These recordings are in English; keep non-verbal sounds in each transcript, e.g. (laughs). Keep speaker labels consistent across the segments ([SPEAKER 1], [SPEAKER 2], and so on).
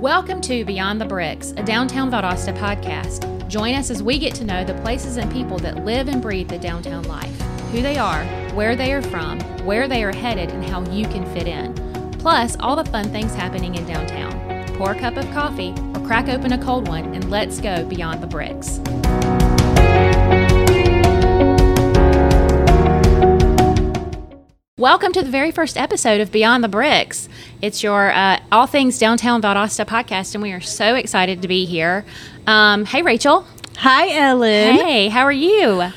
[SPEAKER 1] Welcome to Beyond the Bricks, a downtown Valdosta podcast. Join us as we get to know the places and people that live and breathe the downtown life, who they are, where they are from, where they are headed, and how you can fit in. Plus, all the fun things happening in downtown. Pour a cup of coffee or crack open a cold one and let's go beyond the bricks. Welcome to the very first episode of Beyond the Bricks. It's your uh, All Things Downtown Valdosta podcast, and we are so excited to be here. Um, hey, Rachel.
[SPEAKER 2] Hi, Ellen.
[SPEAKER 1] Hey, how are you?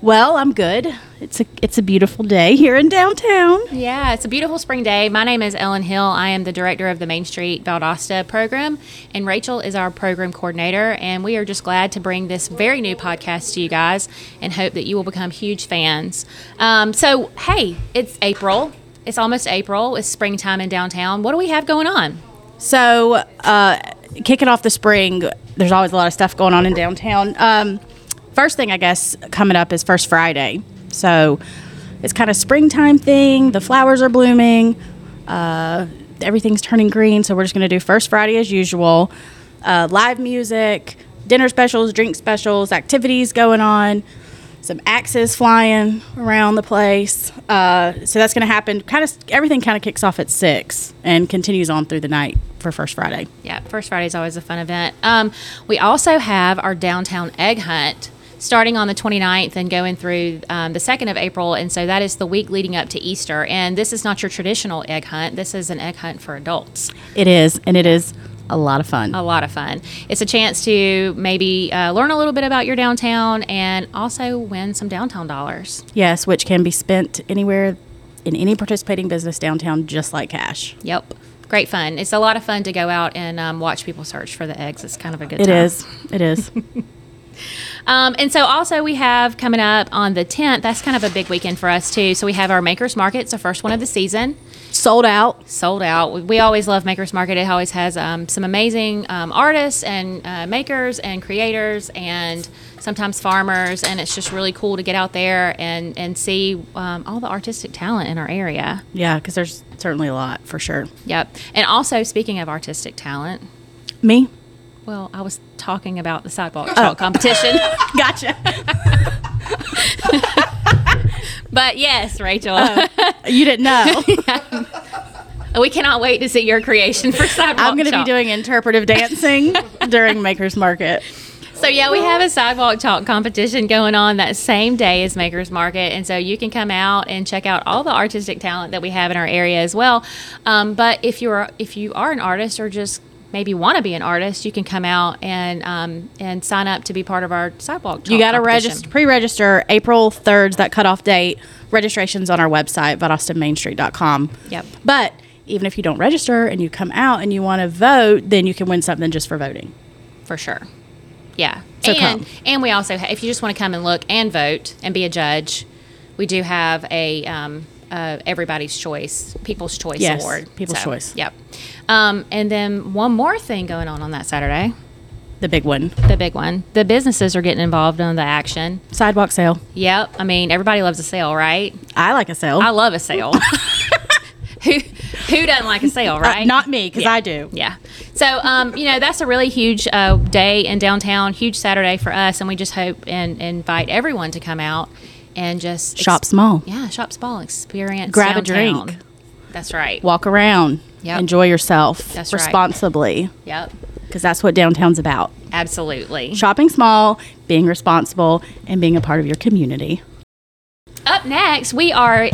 [SPEAKER 2] Well, I'm good. It's a it's a beautiful day here in downtown.
[SPEAKER 1] Yeah, it's a beautiful spring day. My name is Ellen Hill. I am the director of the Main Street Valdosta program, and Rachel is our program coordinator. And we are just glad to bring this very new podcast to you guys and hope that you will become huge fans. Um, so, hey, it's April. It's almost April. It's springtime in downtown. What do we have going on?
[SPEAKER 2] So, uh, kicking off the spring, there's always a lot of stuff going on in downtown. Um, first thing, I guess, coming up is First Friday. So, it's kind of springtime thing. The flowers are blooming. Uh, everything's turning green. So, we're just going to do First Friday as usual. Uh, live music, dinner specials, drink specials, activities going on. Some axes flying around the place. Uh, so that's going to happen. Kind of everything kind of kicks off at six and continues on through the night for First Friday.
[SPEAKER 1] Yeah, First Friday is always a fun event. Um, we also have our downtown egg hunt starting on the 29th and going through um, the 2nd of April. And so that is the week leading up to Easter. And this is not your traditional egg hunt, this is an egg hunt for adults.
[SPEAKER 2] It is, and it is a lot of fun.
[SPEAKER 1] A lot of fun. It's a chance to maybe uh, learn a little bit about your downtown and also win some downtown dollars.
[SPEAKER 2] Yes, which can be spent anywhere in any participating business downtown, just like cash.
[SPEAKER 1] Yep. Great fun. It's a lot of fun to go out and um, watch people search for the eggs. It's kind of a good
[SPEAKER 2] It
[SPEAKER 1] time.
[SPEAKER 2] is. It (laughs) is.
[SPEAKER 1] Um, and so also we have coming up on the 10th, that's kind of a big weekend for us too. So we have our Maker's Market. It's the first one of the season.
[SPEAKER 2] Sold out.
[SPEAKER 1] Sold out. We- We always love Maker's Market. It always has um, some amazing um, artists and uh, makers and creators and sometimes farmers. And it's just really cool to get out there and, and see um, all the artistic talent in our area.
[SPEAKER 2] Yeah, because there's certainly a lot for sure.
[SPEAKER 1] Yep. And also, speaking of artistic talent,
[SPEAKER 2] Me?
[SPEAKER 1] well, I was talking about the sidewalk chalk competition.
[SPEAKER 2] Gotcha.
[SPEAKER 1] but yes, Rachel.
[SPEAKER 2] (laughs) you didn't know.
[SPEAKER 1] We cannot wait to see your creation for sidewalk.
[SPEAKER 2] (laughs) (laughs) I'm going to be
[SPEAKER 1] chalk.
[SPEAKER 2] doing interpretive (laughs) dancing during Maker's Market.
[SPEAKER 1] So yeah, we have a sidewalk chalk competition going on that same day as Maker's Market, and so you can come out and check out all the artistic talent that we have in our area as well. Um, but if you're if you are an artist or just maybe want to be an artist, you can come out and um, and sign up to be part of our sidewalk. Chalk
[SPEAKER 2] You got to
[SPEAKER 1] competition.
[SPEAKER 2] register, pre-register. April 3rd's that cutoff date. Registration's on our website, ValdostaMainStreet.com.
[SPEAKER 1] Yep.
[SPEAKER 2] But even if you don't register and you come out and you want to vote, then you can win something just for voting.
[SPEAKER 1] for sure. Yeah.
[SPEAKER 2] So
[SPEAKER 1] and
[SPEAKER 2] come.
[SPEAKER 1] and we also ha- if you just want to come and look and vote and be a judge, we do have a um, uh, everybody's choice, people's choice
[SPEAKER 2] Yes,
[SPEAKER 1] award.
[SPEAKER 2] People's Choice.
[SPEAKER 1] Yep. Um, and then one more thing going on on that Saturday,
[SPEAKER 2] The big one.
[SPEAKER 1] the big one. The businesses are getting involved in the action.
[SPEAKER 2] Sidewalk sale.
[SPEAKER 1] Yep. I mean, everybody loves a sale, right?
[SPEAKER 2] I like a sale.
[SPEAKER 1] I love a sale. (laughs) who who doesn't like a sale, right?
[SPEAKER 2] Not me, because I do.
[SPEAKER 1] Yeah. So, um, you know, that's a really huge uh, day in downtown, huge Saturday for us, and we just hope and, invite everyone to come out and just ex-
[SPEAKER 2] Shop small.
[SPEAKER 1] yeah, shop small experience.
[SPEAKER 2] Grab a
[SPEAKER 1] downtown.
[SPEAKER 2] drink.
[SPEAKER 1] That's right.
[SPEAKER 2] Walk around.
[SPEAKER 1] Yep.
[SPEAKER 2] Enjoy yourself
[SPEAKER 1] That's right.
[SPEAKER 2] responsibly,
[SPEAKER 1] Yep.
[SPEAKER 2] because that's what downtown's about.
[SPEAKER 1] Absolutely.
[SPEAKER 2] Shopping small, being responsible, and being a part of your community.
[SPEAKER 1] Up next, we are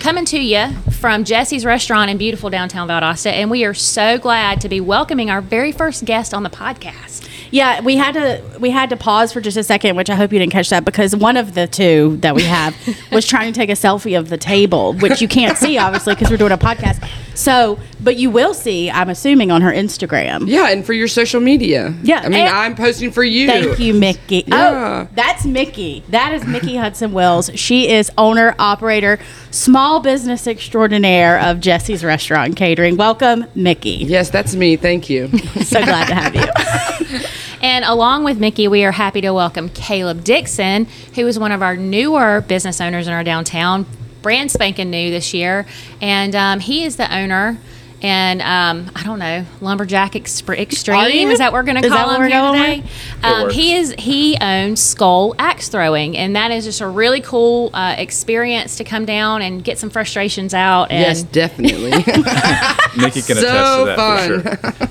[SPEAKER 1] coming to you from Jesse's Restaurant in beautiful downtown Valdosta, and we are so glad to be welcoming our very first guest on the podcast.
[SPEAKER 2] Yeah, we had to we had to pause for just a second, which I hope you didn't catch that because one of the two that we have was trying to take a selfie of the table, which you can't see obviously because we're doing a podcast. So, but you will see, I'm assuming, on her Instagram.
[SPEAKER 3] Yeah, and for your social media.
[SPEAKER 2] Yeah,
[SPEAKER 3] I mean,
[SPEAKER 2] and-
[SPEAKER 3] I'm posting for you.
[SPEAKER 2] Thank you, Mickey.
[SPEAKER 3] Yeah.
[SPEAKER 2] Oh, that's Mickey. That is Mickey Hudson Wills. She is owner, operator, small business extraordinaire of Jesse's Restaurant and Catering. Welcome, Mickey.
[SPEAKER 3] Yes, that's me. Thank
[SPEAKER 2] (laughs)
[SPEAKER 3] you.
[SPEAKER 2] So glad to have you.
[SPEAKER 1] And along with Mickey, we are happy to welcome Caleb Dixon, who is one of our newer business owners in our downtown, brand spanking new this year. And um, he is the owner and um, I don't know lumberjack exp- extreme
[SPEAKER 2] you?
[SPEAKER 1] is that what we're going to
[SPEAKER 2] Is that
[SPEAKER 1] call
[SPEAKER 2] what
[SPEAKER 1] him
[SPEAKER 2] we're
[SPEAKER 1] here
[SPEAKER 2] going
[SPEAKER 1] today?
[SPEAKER 4] It
[SPEAKER 1] Um,
[SPEAKER 4] works.
[SPEAKER 1] he is he owns Skull Axe Throwing, and that is just a really cool uh, experience to come down and get some frustrations out. And
[SPEAKER 3] Yes, definitely. (laughs)
[SPEAKER 4] Nikki can
[SPEAKER 3] So
[SPEAKER 4] attest to that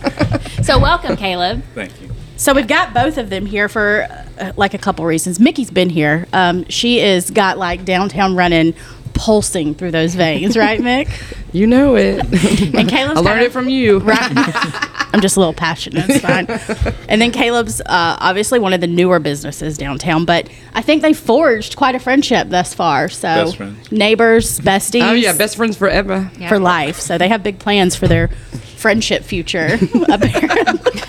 [SPEAKER 3] fun. (laughs)
[SPEAKER 4] for sure.
[SPEAKER 1] so welcome, Caleb.
[SPEAKER 4] Thank you.
[SPEAKER 2] So we've got both of them here for uh, like a couple reasons. Mickey's been here. Um, she is got like downtown running, pulsing through those veins, right, Mick?
[SPEAKER 3] (laughs) you know it.
[SPEAKER 2] And Caleb's
[SPEAKER 3] I
[SPEAKER 2] kind
[SPEAKER 3] learned it
[SPEAKER 2] of-
[SPEAKER 3] from you.
[SPEAKER 2] I'm just a little passionate.
[SPEAKER 3] (laughs)
[SPEAKER 2] It's fine. and then Caleb's uh, obviously one of the newer businesses downtown, but I think they forged quite a friendship thus far. So
[SPEAKER 4] Best friend.
[SPEAKER 2] neighbors, besties.
[SPEAKER 3] Oh yeah, best friends forever.
[SPEAKER 1] Yeah.
[SPEAKER 2] for life. So they have big plans for their friendship
[SPEAKER 3] (laughs)
[SPEAKER 2] future. apparently.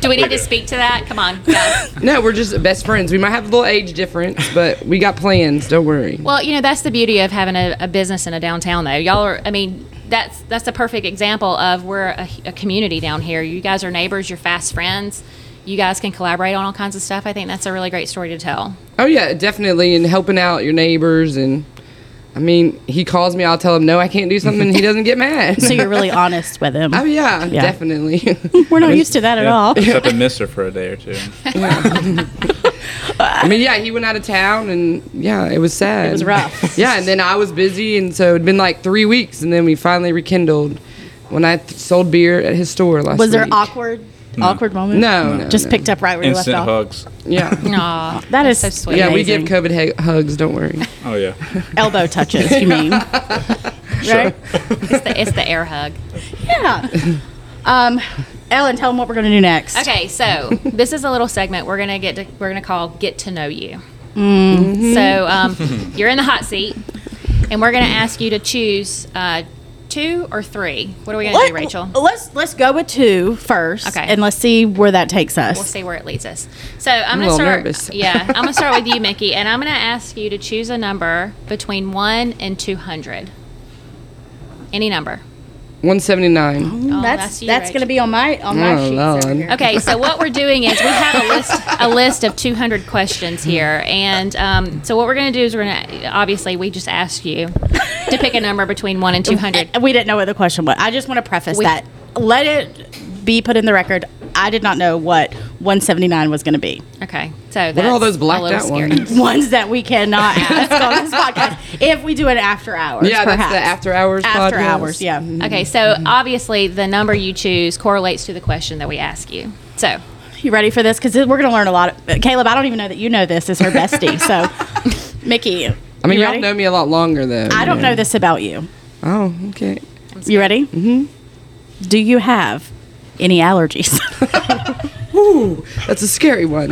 [SPEAKER 1] Do we need to speak to that? Come on, guys.
[SPEAKER 3] No, we're just best friends. We might have a little age difference, but we got plans. Don't worry.
[SPEAKER 1] Well, you know that's the beauty of having a, a business in a downtown, though. Y'all are, I mean, that's that's a perfect example of we're a, a community down here. You guys are neighbors, you're fast friends. You guys can collaborate on all kinds of stuff. I think that's a really great story to tell.
[SPEAKER 3] Oh yeah, definitely, and helping out your neighbors and. I mean, he calls me. I'll tell him no, I can't do something. and He doesn't get mad.
[SPEAKER 2] (laughs) so you're really honest with them.
[SPEAKER 3] oh yeah,
[SPEAKER 2] Yeah.
[SPEAKER 3] definitely. (laughs)
[SPEAKER 2] We're not used to that at
[SPEAKER 4] Yeah.
[SPEAKER 2] all.
[SPEAKER 4] Except I missed her for a day or two.
[SPEAKER 3] I mean, yeah, he went out of town, and yeah, it was sad. It
[SPEAKER 2] was rough.
[SPEAKER 3] (laughs) yeah, and then I was busy, and so it'd been like three weeks, and then we finally rekindled when I th- sold beer at his store last.
[SPEAKER 2] Was there
[SPEAKER 3] week.
[SPEAKER 2] awkward, awkward moments?
[SPEAKER 3] No, no,
[SPEAKER 2] Just
[SPEAKER 3] no.
[SPEAKER 2] picked up right where you
[SPEAKER 4] Instant
[SPEAKER 2] left off.
[SPEAKER 4] hugs.
[SPEAKER 3] Yeah.
[SPEAKER 1] Aw,
[SPEAKER 2] That is
[SPEAKER 1] so sweet.
[SPEAKER 2] (laughs)
[SPEAKER 3] Yeah, we give
[SPEAKER 2] Amazing.
[SPEAKER 3] COVID he- hugs. Don't worry.
[SPEAKER 4] Oh yeah.
[SPEAKER 2] Elbow touches, you
[SPEAKER 3] (laughs)
[SPEAKER 2] mean? right?
[SPEAKER 1] it's, the, it's the air hug.
[SPEAKER 2] Yeah. Um, Ellen, tell them what we're going to do next.
[SPEAKER 1] Okay, so this is a little segment we're gonna get to, we're gonna call "Get to Know You." So um, you're in the hot seat, and we're gonna ask you to choose uh, two or three. What are we gonna
[SPEAKER 2] Let,
[SPEAKER 1] do, Rachel?
[SPEAKER 2] Let's let's go with two first.
[SPEAKER 1] Okay.
[SPEAKER 2] And let's see where that takes
[SPEAKER 1] We'll
[SPEAKER 2] us.
[SPEAKER 1] see where it leads us. So I'm
[SPEAKER 3] a
[SPEAKER 1] gonna
[SPEAKER 3] little
[SPEAKER 1] start.
[SPEAKER 3] nervous. (laughs)
[SPEAKER 1] Yeah, I'm gonna start with you, Mickey, and I'm gonna ask you to choose a number between one and two hundred. Any number.
[SPEAKER 3] One seventy nine.
[SPEAKER 1] Oh,
[SPEAKER 2] Mm,
[SPEAKER 1] that's
[SPEAKER 2] that's that's,
[SPEAKER 1] you,
[SPEAKER 2] going
[SPEAKER 1] Rachel.
[SPEAKER 2] to be on my on my
[SPEAKER 3] Oh,
[SPEAKER 2] sheets
[SPEAKER 3] Lord.
[SPEAKER 2] over here.
[SPEAKER 1] Okay, so what we're doing is we have a list a list of 200 questions
[SPEAKER 3] Hmm.
[SPEAKER 1] here, and um, so what we're going to do is we're going to obviously we just ask you to pick a number between one and 200.
[SPEAKER 2] We didn't know what the question was. I just want to preface
[SPEAKER 1] We-
[SPEAKER 2] that. Let it be put in the record. I did not know what 179 was going to be.
[SPEAKER 1] Okay, so that's
[SPEAKER 3] What are all those
[SPEAKER 1] a
[SPEAKER 3] blacked
[SPEAKER 1] little
[SPEAKER 3] out
[SPEAKER 1] scary.
[SPEAKER 3] ones?
[SPEAKER 2] Ones that we cannot ask on this podcast if we do an after hours.
[SPEAKER 3] Yeah, that's
[SPEAKER 2] perhaps.
[SPEAKER 3] the after hours
[SPEAKER 2] After
[SPEAKER 3] podcast.
[SPEAKER 2] hours, yeah.
[SPEAKER 1] (laughs) Okay, so obviously the number you choose correlates to the question that we ask you. So
[SPEAKER 2] You ready for this? Because we're going to learn a lot. Of, Caleb, I don't even know that you know this is her bestie.
[SPEAKER 3] (laughs)
[SPEAKER 2] So, Mickey,
[SPEAKER 3] I mean,
[SPEAKER 2] you
[SPEAKER 3] y'all
[SPEAKER 2] ready?
[SPEAKER 3] know me a lot longer though.
[SPEAKER 2] I don't know this about you.
[SPEAKER 3] Oh, okay.
[SPEAKER 2] You ready? Mm-hmm. Do you have any allergies? (laughs)
[SPEAKER 3] Ooh, that's a scary one.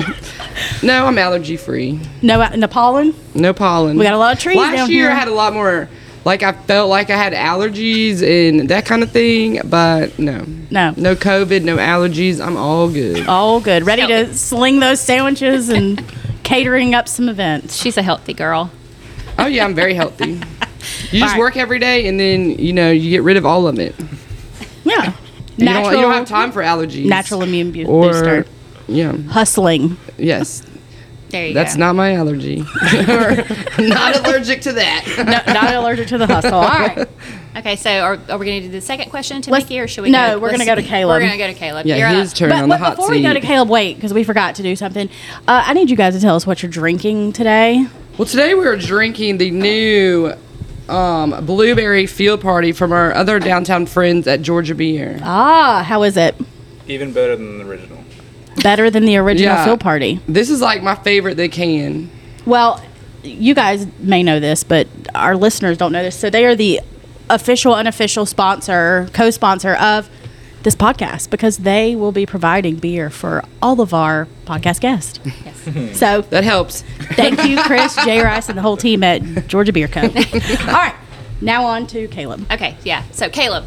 [SPEAKER 3] No, I'm allergy free.
[SPEAKER 2] no, uh, no pollen.
[SPEAKER 3] No pollen.
[SPEAKER 2] We got a lot of trees
[SPEAKER 3] Last
[SPEAKER 2] down
[SPEAKER 3] year
[SPEAKER 2] here.
[SPEAKER 3] I had a lot more. Like I felt like I had allergies and that kind of thing, but no,
[SPEAKER 2] No.
[SPEAKER 3] no COVID, no allergies. I'm all good.
[SPEAKER 2] All good. Ready
[SPEAKER 1] Healthy.
[SPEAKER 2] to sling those sandwiches
[SPEAKER 3] (laughs)
[SPEAKER 2] and catering up some events.
[SPEAKER 1] she's a healthy girl.
[SPEAKER 3] Oh yeah, I'm
[SPEAKER 2] (laughs)
[SPEAKER 3] very healthy. You just
[SPEAKER 2] right.
[SPEAKER 3] work every day and then you know you get rid of all of it.
[SPEAKER 2] Yeah.
[SPEAKER 3] You don't,
[SPEAKER 2] Natural,
[SPEAKER 3] you don't have time for allergies.
[SPEAKER 2] natural immune bu-
[SPEAKER 3] or
[SPEAKER 2] booster.
[SPEAKER 3] yeah,
[SPEAKER 2] Hustling.
[SPEAKER 3] yes.
[SPEAKER 1] There you
[SPEAKER 3] That's
[SPEAKER 1] go.
[SPEAKER 3] not my allergy. (laughs)
[SPEAKER 2] (laughs)
[SPEAKER 3] not allergic to that.
[SPEAKER 2] No, not allergic to the hustle. All right.
[SPEAKER 1] okay, so are, are we going to do the second question to
[SPEAKER 2] Let's-
[SPEAKER 1] Mickey, or should we?
[SPEAKER 2] no, we're gonna
[SPEAKER 1] let's-
[SPEAKER 2] go to Caleb.
[SPEAKER 1] We're going to go to Caleb. You're
[SPEAKER 3] Yeah,
[SPEAKER 1] up.
[SPEAKER 3] his turn
[SPEAKER 2] But,
[SPEAKER 3] on
[SPEAKER 2] but
[SPEAKER 3] the hot
[SPEAKER 2] before
[SPEAKER 3] seat.
[SPEAKER 2] we go to Caleb, wait, because we forgot to do something. Uh, I need you guys to tell us what you're drinking today.
[SPEAKER 3] Well, today we were drinking the new um, blueberry field party from our other downtown friends at Georgia Beer.
[SPEAKER 2] Ah, how is it?
[SPEAKER 4] Even better than the original.
[SPEAKER 2] Better than the original
[SPEAKER 3] Yeah.
[SPEAKER 2] Phil party.
[SPEAKER 3] This is like my favorite they can.
[SPEAKER 2] Well, you guys may know this, but our listeners don't know this. So they are the official, unofficial sponsor, co sponsor of this podcast because they will be providing beer for all of our podcast guests. (laughs) So
[SPEAKER 3] That helps.
[SPEAKER 2] thank you, Chris, Jay Rice, and the whole team at Georgia Beer (laughs) Co. all right, now on to Caleb.
[SPEAKER 1] Okay, yeah. So Caleb,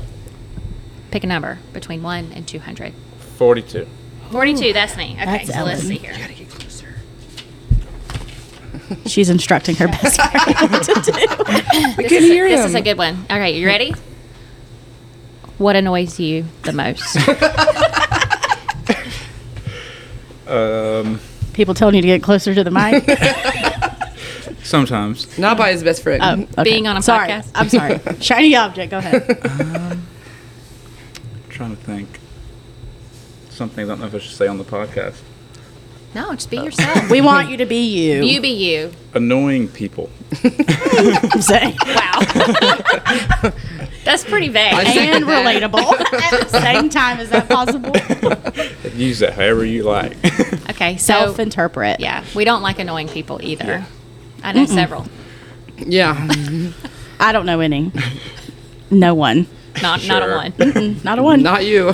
[SPEAKER 1] pick a number between one and two hundred.
[SPEAKER 4] Forty-two.
[SPEAKER 1] Forty-two. That's me. Okay,
[SPEAKER 2] That's
[SPEAKER 1] so let's see
[SPEAKER 2] Ellen.
[SPEAKER 1] here.
[SPEAKER 2] She's instructing her best friend (laughs) what to do.
[SPEAKER 3] I
[SPEAKER 1] This
[SPEAKER 3] can
[SPEAKER 1] is a-
[SPEAKER 3] hear
[SPEAKER 1] This
[SPEAKER 3] him.
[SPEAKER 1] is a good one. Okay, you ready? What annoys you the
[SPEAKER 3] (laughs)
[SPEAKER 1] most?
[SPEAKER 4] Um,
[SPEAKER 2] People telling you to get closer to the mic.
[SPEAKER 1] (laughs)
[SPEAKER 4] sometimes
[SPEAKER 3] Not by his best friend.
[SPEAKER 2] Okay.
[SPEAKER 1] Being on a
[SPEAKER 2] sorry.
[SPEAKER 1] podcast.
[SPEAKER 2] I'm sorry. Shiny object. Go ahead.
[SPEAKER 4] trying to think. Something I don't know if I should say on the podcast.
[SPEAKER 1] No, just be yourself.
[SPEAKER 2] We want you to be
[SPEAKER 3] Oh.
[SPEAKER 2] you.
[SPEAKER 1] you be you.
[SPEAKER 4] Annoying people.
[SPEAKER 2] (laughs)
[SPEAKER 1] (laughs)
[SPEAKER 2] I'm saying.
[SPEAKER 1] Wow.
[SPEAKER 3] (laughs)
[SPEAKER 1] That's pretty vague.
[SPEAKER 2] and
[SPEAKER 3] second that.
[SPEAKER 2] relatable at the same time. Is that possible?
[SPEAKER 4] Use that however you like.
[SPEAKER 1] Okay, so
[SPEAKER 2] Self interpret.
[SPEAKER 1] yeah, we don't like annoying people either.
[SPEAKER 4] Yeah.
[SPEAKER 1] I know several.
[SPEAKER 3] Yeah.
[SPEAKER 2] I don't know any. No one.
[SPEAKER 1] Not not a
[SPEAKER 4] Sure.
[SPEAKER 1] one.
[SPEAKER 4] (laughs)
[SPEAKER 2] Not a one.
[SPEAKER 3] Not you.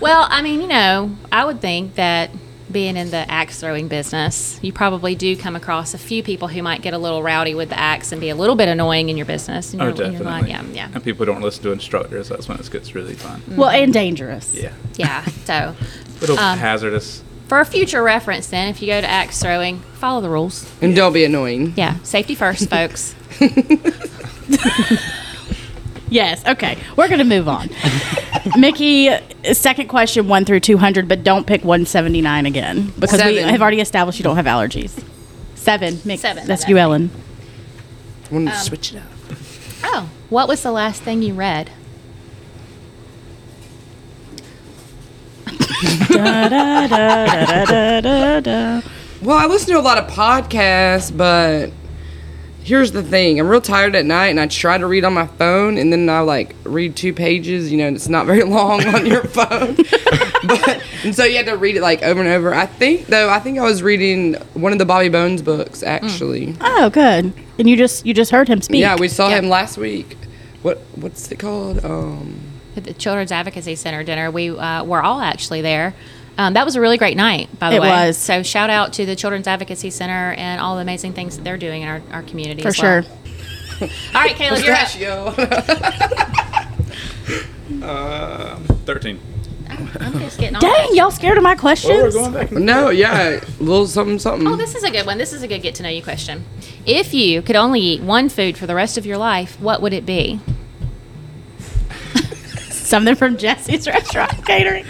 [SPEAKER 1] Well, I mean, you know, I would think that being in the axe throwing business, you probably do come across a few people who might get a little rowdy with the axe and be a little bit annoying in your business. In
[SPEAKER 4] oh,
[SPEAKER 1] your, in your
[SPEAKER 4] definitely.
[SPEAKER 1] line. Yeah, yeah,
[SPEAKER 4] And people don't listen to instructors. That's when it gets really fun.
[SPEAKER 2] well, and dangerous.
[SPEAKER 4] Yeah.
[SPEAKER 1] yeah. So,
[SPEAKER 4] Little
[SPEAKER 1] Um,
[SPEAKER 4] hazardous.
[SPEAKER 1] for a future reference, then, if you go to axe throwing, follow the rules.
[SPEAKER 3] and don't be annoying.
[SPEAKER 1] Yeah, safety first,
[SPEAKER 4] (laughs)
[SPEAKER 1] folks.
[SPEAKER 2] Yes. Okay. We're going to move on. Mickey, second question one through 200, but don't pick 179 again because we
[SPEAKER 3] Seven.
[SPEAKER 2] have already established you don't have allergies. Seven. Mick,
[SPEAKER 1] Seven,
[SPEAKER 2] That's
[SPEAKER 1] okay.
[SPEAKER 2] you, Ellen.
[SPEAKER 3] Wanted to switch it up.
[SPEAKER 1] Oh, what was the last thing you read?
[SPEAKER 3] Well, I listen to a lot of podcasts, but here's the thing: I'm real tired at night, and I try to read on my phone, and then I like read two pages. You know, and it's not very (laughs) long on your phone, (laughs) but and so you had to read it like over and over. I think though, I think I was reading one of the Bobby Bones books actually.
[SPEAKER 2] Oh, good. And you just you just heard him speak.
[SPEAKER 3] Yeah, we saw
[SPEAKER 1] Yeah.
[SPEAKER 3] him last week. What what's it called? Um,
[SPEAKER 1] At the Children's Advocacy Center dinner. We uh, were all actually there. Um, that was a really great night, by the
[SPEAKER 2] It
[SPEAKER 1] way.
[SPEAKER 2] was.
[SPEAKER 1] So shout out to the Children's Advocacy Center and all the amazing things that they're doing in our, our community.
[SPEAKER 2] For
[SPEAKER 1] as well.
[SPEAKER 2] sure.
[SPEAKER 1] All right,
[SPEAKER 2] Oh,
[SPEAKER 1] Caleb, you're up.
[SPEAKER 3] Pistachio.
[SPEAKER 4] Um, 13.
[SPEAKER 1] I'm just getting on.
[SPEAKER 2] Dang, y'all scared of my questions?
[SPEAKER 4] Oh, we're going back.
[SPEAKER 3] (laughs) (laughs) no, yeah, a little something something.
[SPEAKER 1] Oh, this is a good one. This is a good get to know you question. If you could only eat one food for the rest of your life, what would it be? (laughs)
[SPEAKER 2] Something from Jesse's (laughs) restaurant catering.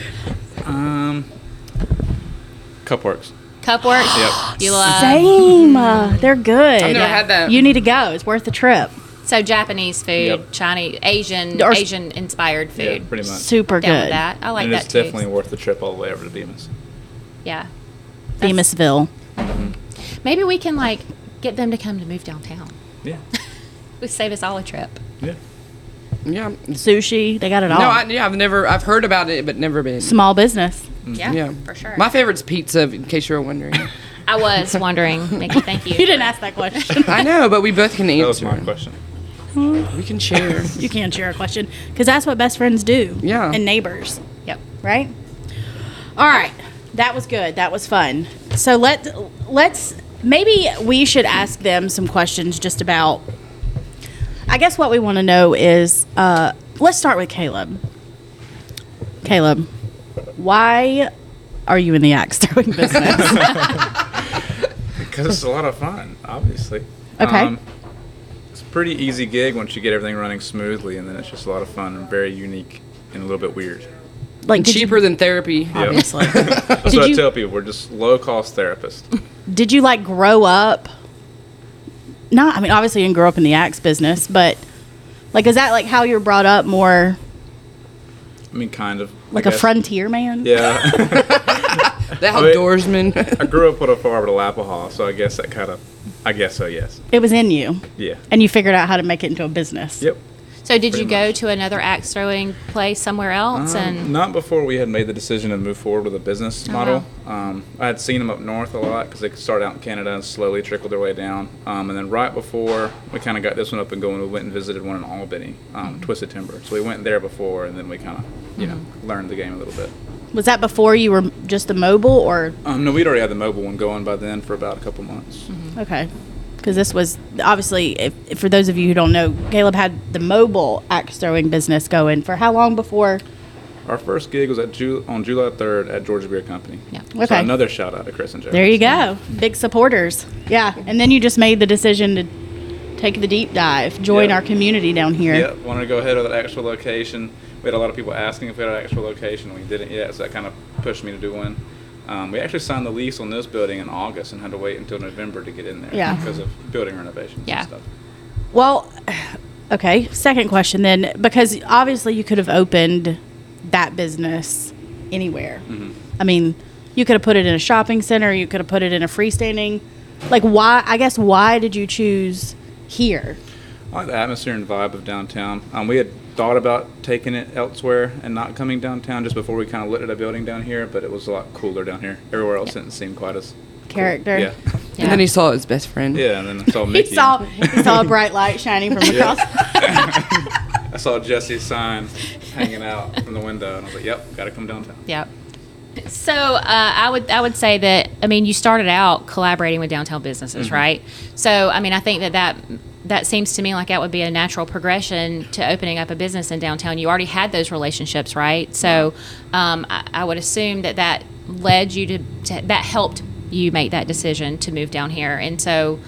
[SPEAKER 4] Um, Cup Works.
[SPEAKER 1] Cupworks.
[SPEAKER 4] (gasps) Yep.
[SPEAKER 1] You love
[SPEAKER 2] Same. Uh, they're good.
[SPEAKER 3] I've never had that.
[SPEAKER 2] You need to go. It's worth the trip.
[SPEAKER 1] so Japanese food,
[SPEAKER 4] Yep.
[SPEAKER 1] Chinese, Asian,
[SPEAKER 2] Or-
[SPEAKER 1] Asian inspired
[SPEAKER 4] Yeah,
[SPEAKER 1] food.
[SPEAKER 4] pretty much.
[SPEAKER 2] Super
[SPEAKER 1] Down
[SPEAKER 2] good.
[SPEAKER 1] with that. I like
[SPEAKER 4] and
[SPEAKER 1] that
[SPEAKER 4] it's
[SPEAKER 1] too.
[SPEAKER 4] definitely worth the trip all the way over to Bemis.
[SPEAKER 1] Yeah.
[SPEAKER 2] Bemisville.
[SPEAKER 1] Maybe we can like get them to come to move downtown.
[SPEAKER 4] Yeah.
[SPEAKER 1] We save us all a trip.
[SPEAKER 2] (laughs)
[SPEAKER 3] yeah.
[SPEAKER 4] Yeah.
[SPEAKER 2] Sushi. They got it all.
[SPEAKER 3] No, I, yeah, I've never, I've heard about it, but never been.
[SPEAKER 2] Small business.
[SPEAKER 1] Yeah,
[SPEAKER 3] Yeah,
[SPEAKER 1] for sure.
[SPEAKER 3] My favorite's pizza, in case you were
[SPEAKER 2] (laughs)
[SPEAKER 3] wondering.
[SPEAKER 1] I
[SPEAKER 3] (laughs)
[SPEAKER 1] was wondering, Mickey. Thank you.
[SPEAKER 2] You didn't ask that
[SPEAKER 1] (laughs)
[SPEAKER 2] question.
[SPEAKER 3] I know, but we both can
[SPEAKER 4] That was
[SPEAKER 3] answer.
[SPEAKER 4] my question.
[SPEAKER 3] We
[SPEAKER 2] (laughs)
[SPEAKER 3] can share.
[SPEAKER 2] you can't share a question because that's what best friends do.
[SPEAKER 3] Yeah.
[SPEAKER 2] And neighbors,
[SPEAKER 1] Yep.
[SPEAKER 2] right? All right. That was good. That was fun. So let let's maybe we should ask them some questions just about. I guess what we want to know is uh, let's start with Caleb. Caleb, why are you in the axe throwing (laughs) business?
[SPEAKER 4] Because it's a lot of fun, obviously. Um,
[SPEAKER 2] Okay.
[SPEAKER 4] it's a pretty easy gig once you get everything running smoothly, and then it's just a lot of fun and very unique and a little bit weird.
[SPEAKER 2] like did you-
[SPEAKER 3] Cheaper than therapy.
[SPEAKER 4] Yeah.
[SPEAKER 2] obviously.
[SPEAKER 4] (laughs) That's
[SPEAKER 2] Did
[SPEAKER 4] what
[SPEAKER 2] you-
[SPEAKER 4] I tell people. We're just low cost therapists.
[SPEAKER 2] did you like grow up not i mean obviously you didn't grow up in the axe business but like is that like how you're brought up more
[SPEAKER 4] I mean, kind of. I
[SPEAKER 2] like a
[SPEAKER 4] guess.
[SPEAKER 2] frontier man
[SPEAKER 4] Yeah. (laughs)
[SPEAKER 3] The (laughs)
[SPEAKER 4] Wait.
[SPEAKER 3] outdoorsman.
[SPEAKER 4] I grew up with a farm at Alapaha, so I guess that kind of. I guess so, yes.
[SPEAKER 2] it was in you
[SPEAKER 4] Yeah.
[SPEAKER 2] and you figured out how to make it into a business
[SPEAKER 4] Yep.
[SPEAKER 1] So did you
[SPEAKER 4] Pretty
[SPEAKER 1] go
[SPEAKER 4] much.
[SPEAKER 1] to another axe throwing place somewhere else?
[SPEAKER 3] Uh,
[SPEAKER 4] Um,
[SPEAKER 1] and
[SPEAKER 4] not before we had made the decision to move forward with a business model. Um, I had seen them up north a lot because they could start out in Canada and slowly trickle their way down. Um, and then right before we kind of got this one up and going, we went and visited one in Albany, um, Twisted Timber. So we went there before, and then we kind of, you know, learned the game a little bit.
[SPEAKER 2] was that before you were just a mobile or
[SPEAKER 4] Um, no, we'd already had the mobile one going by then for about a couple months.
[SPEAKER 2] okay because this was obviously if, if- for those of you who don't know caleb had the mobile axe throwing business going for how long before
[SPEAKER 4] Our first gig was at Ju- on July 3rd at Georgia Beer Company.
[SPEAKER 1] Yeah.
[SPEAKER 4] So
[SPEAKER 2] Okay.
[SPEAKER 4] another shout out to Chris and Joe.
[SPEAKER 2] there you go big supporters yeah and then you just made the decision to take the deep dive join
[SPEAKER 4] Yeah.
[SPEAKER 2] our community down here
[SPEAKER 4] Yep, wanted to go ahead with an actual location. We had a lot of people asking if we had an actual location. We didn't yet, so that kind of pushed me to do one. Um, we actually signed the lease on this building in August and had to wait until November to get in there
[SPEAKER 2] Yeah.
[SPEAKER 4] because of building renovations
[SPEAKER 1] Yeah.
[SPEAKER 4] and stuff.
[SPEAKER 2] Well, Okay. Second question then, because obviously you could have opened that business anywhere.
[SPEAKER 4] Mm-hmm.
[SPEAKER 2] I mean, you could have put it in a shopping center. You could have put it in a freestanding. Like, why? I guess why did you choose here?
[SPEAKER 4] I like the atmosphere and vibe of downtown. Um, we had thought about taking it elsewhere and not coming downtown just before we kind of looked at a building down here, but it was a lot cooler down here. Everywhere else didn't seem quite as
[SPEAKER 2] Character.
[SPEAKER 4] yeah,
[SPEAKER 3] And then he saw his best friend.
[SPEAKER 4] yeah. And then I saw
[SPEAKER 2] (laughs) He
[SPEAKER 4] Mickey.
[SPEAKER 2] saw he
[SPEAKER 4] (laughs)
[SPEAKER 2] saw a bright light shining from
[SPEAKER 4] Yeah.
[SPEAKER 2] across.
[SPEAKER 4] I saw Jesse's sign hanging out from the window, and I was like, "Yep, got to come downtown."
[SPEAKER 1] Yep. So uh, I would I would say that I mean you started out collaborating with downtown businesses, right? So I mean I think that that that seems to me like that would be a natural progression to opening up a business in downtown. You already had those relationships, right? So um, I, I would assume that that led you to, to that helped you make that decision to move down here, and so.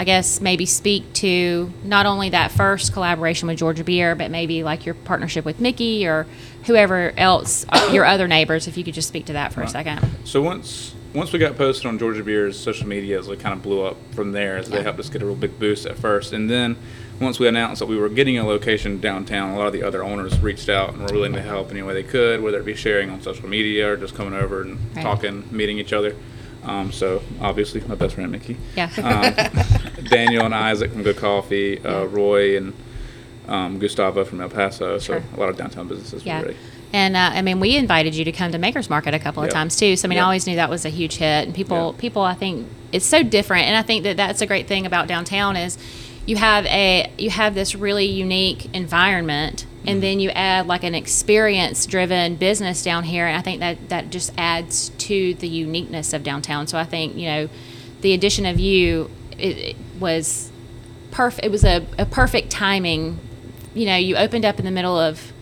[SPEAKER 1] I guess maybe speak to not only that first collaboration with Georgia Beer, but maybe like your partnership with Mickey or whoever else, your other neighbors, if you could just speak to that for a second.
[SPEAKER 4] So once once we got posted on Georgia Beer's social media, it kind of blew up from there. As they helped us get a real big boost at first, and then once we announced that we were getting a location downtown, a lot of the other owners reached out and were willing to help any way they could, whether it be sharing on social media or just coming over and
[SPEAKER 1] Right.
[SPEAKER 4] talking, meeting each other. Um, so obviously, my best friend Mickey.
[SPEAKER 1] Yeah.
[SPEAKER 4] um,
[SPEAKER 1] (laughs)
[SPEAKER 4] Daniel and Isaac from Good Coffee, uh, Roy and um, Gustavo from El Paso.
[SPEAKER 1] Sure.
[SPEAKER 4] So a lot of downtown businesses.
[SPEAKER 1] yeah.
[SPEAKER 4] Were ready.
[SPEAKER 1] And uh, I mean, we invited you to come to Maker's Market a couple of
[SPEAKER 4] Yeah.
[SPEAKER 1] times too. So I mean, I
[SPEAKER 4] Yeah.
[SPEAKER 1] always knew that was a huge hit, and people,
[SPEAKER 4] Yeah.
[SPEAKER 1] people, I think it's so different. And I think that that's a great thing about downtown is you have a you have this really unique environment,
[SPEAKER 4] Mm-hmm.
[SPEAKER 1] and then you add like an experience driven business down here, and I think that that just adds to the uniqueness of downtown. So I think you know, the addition of you it, it was perfect. It was a, a perfect timing. You know, you opened up in the middle of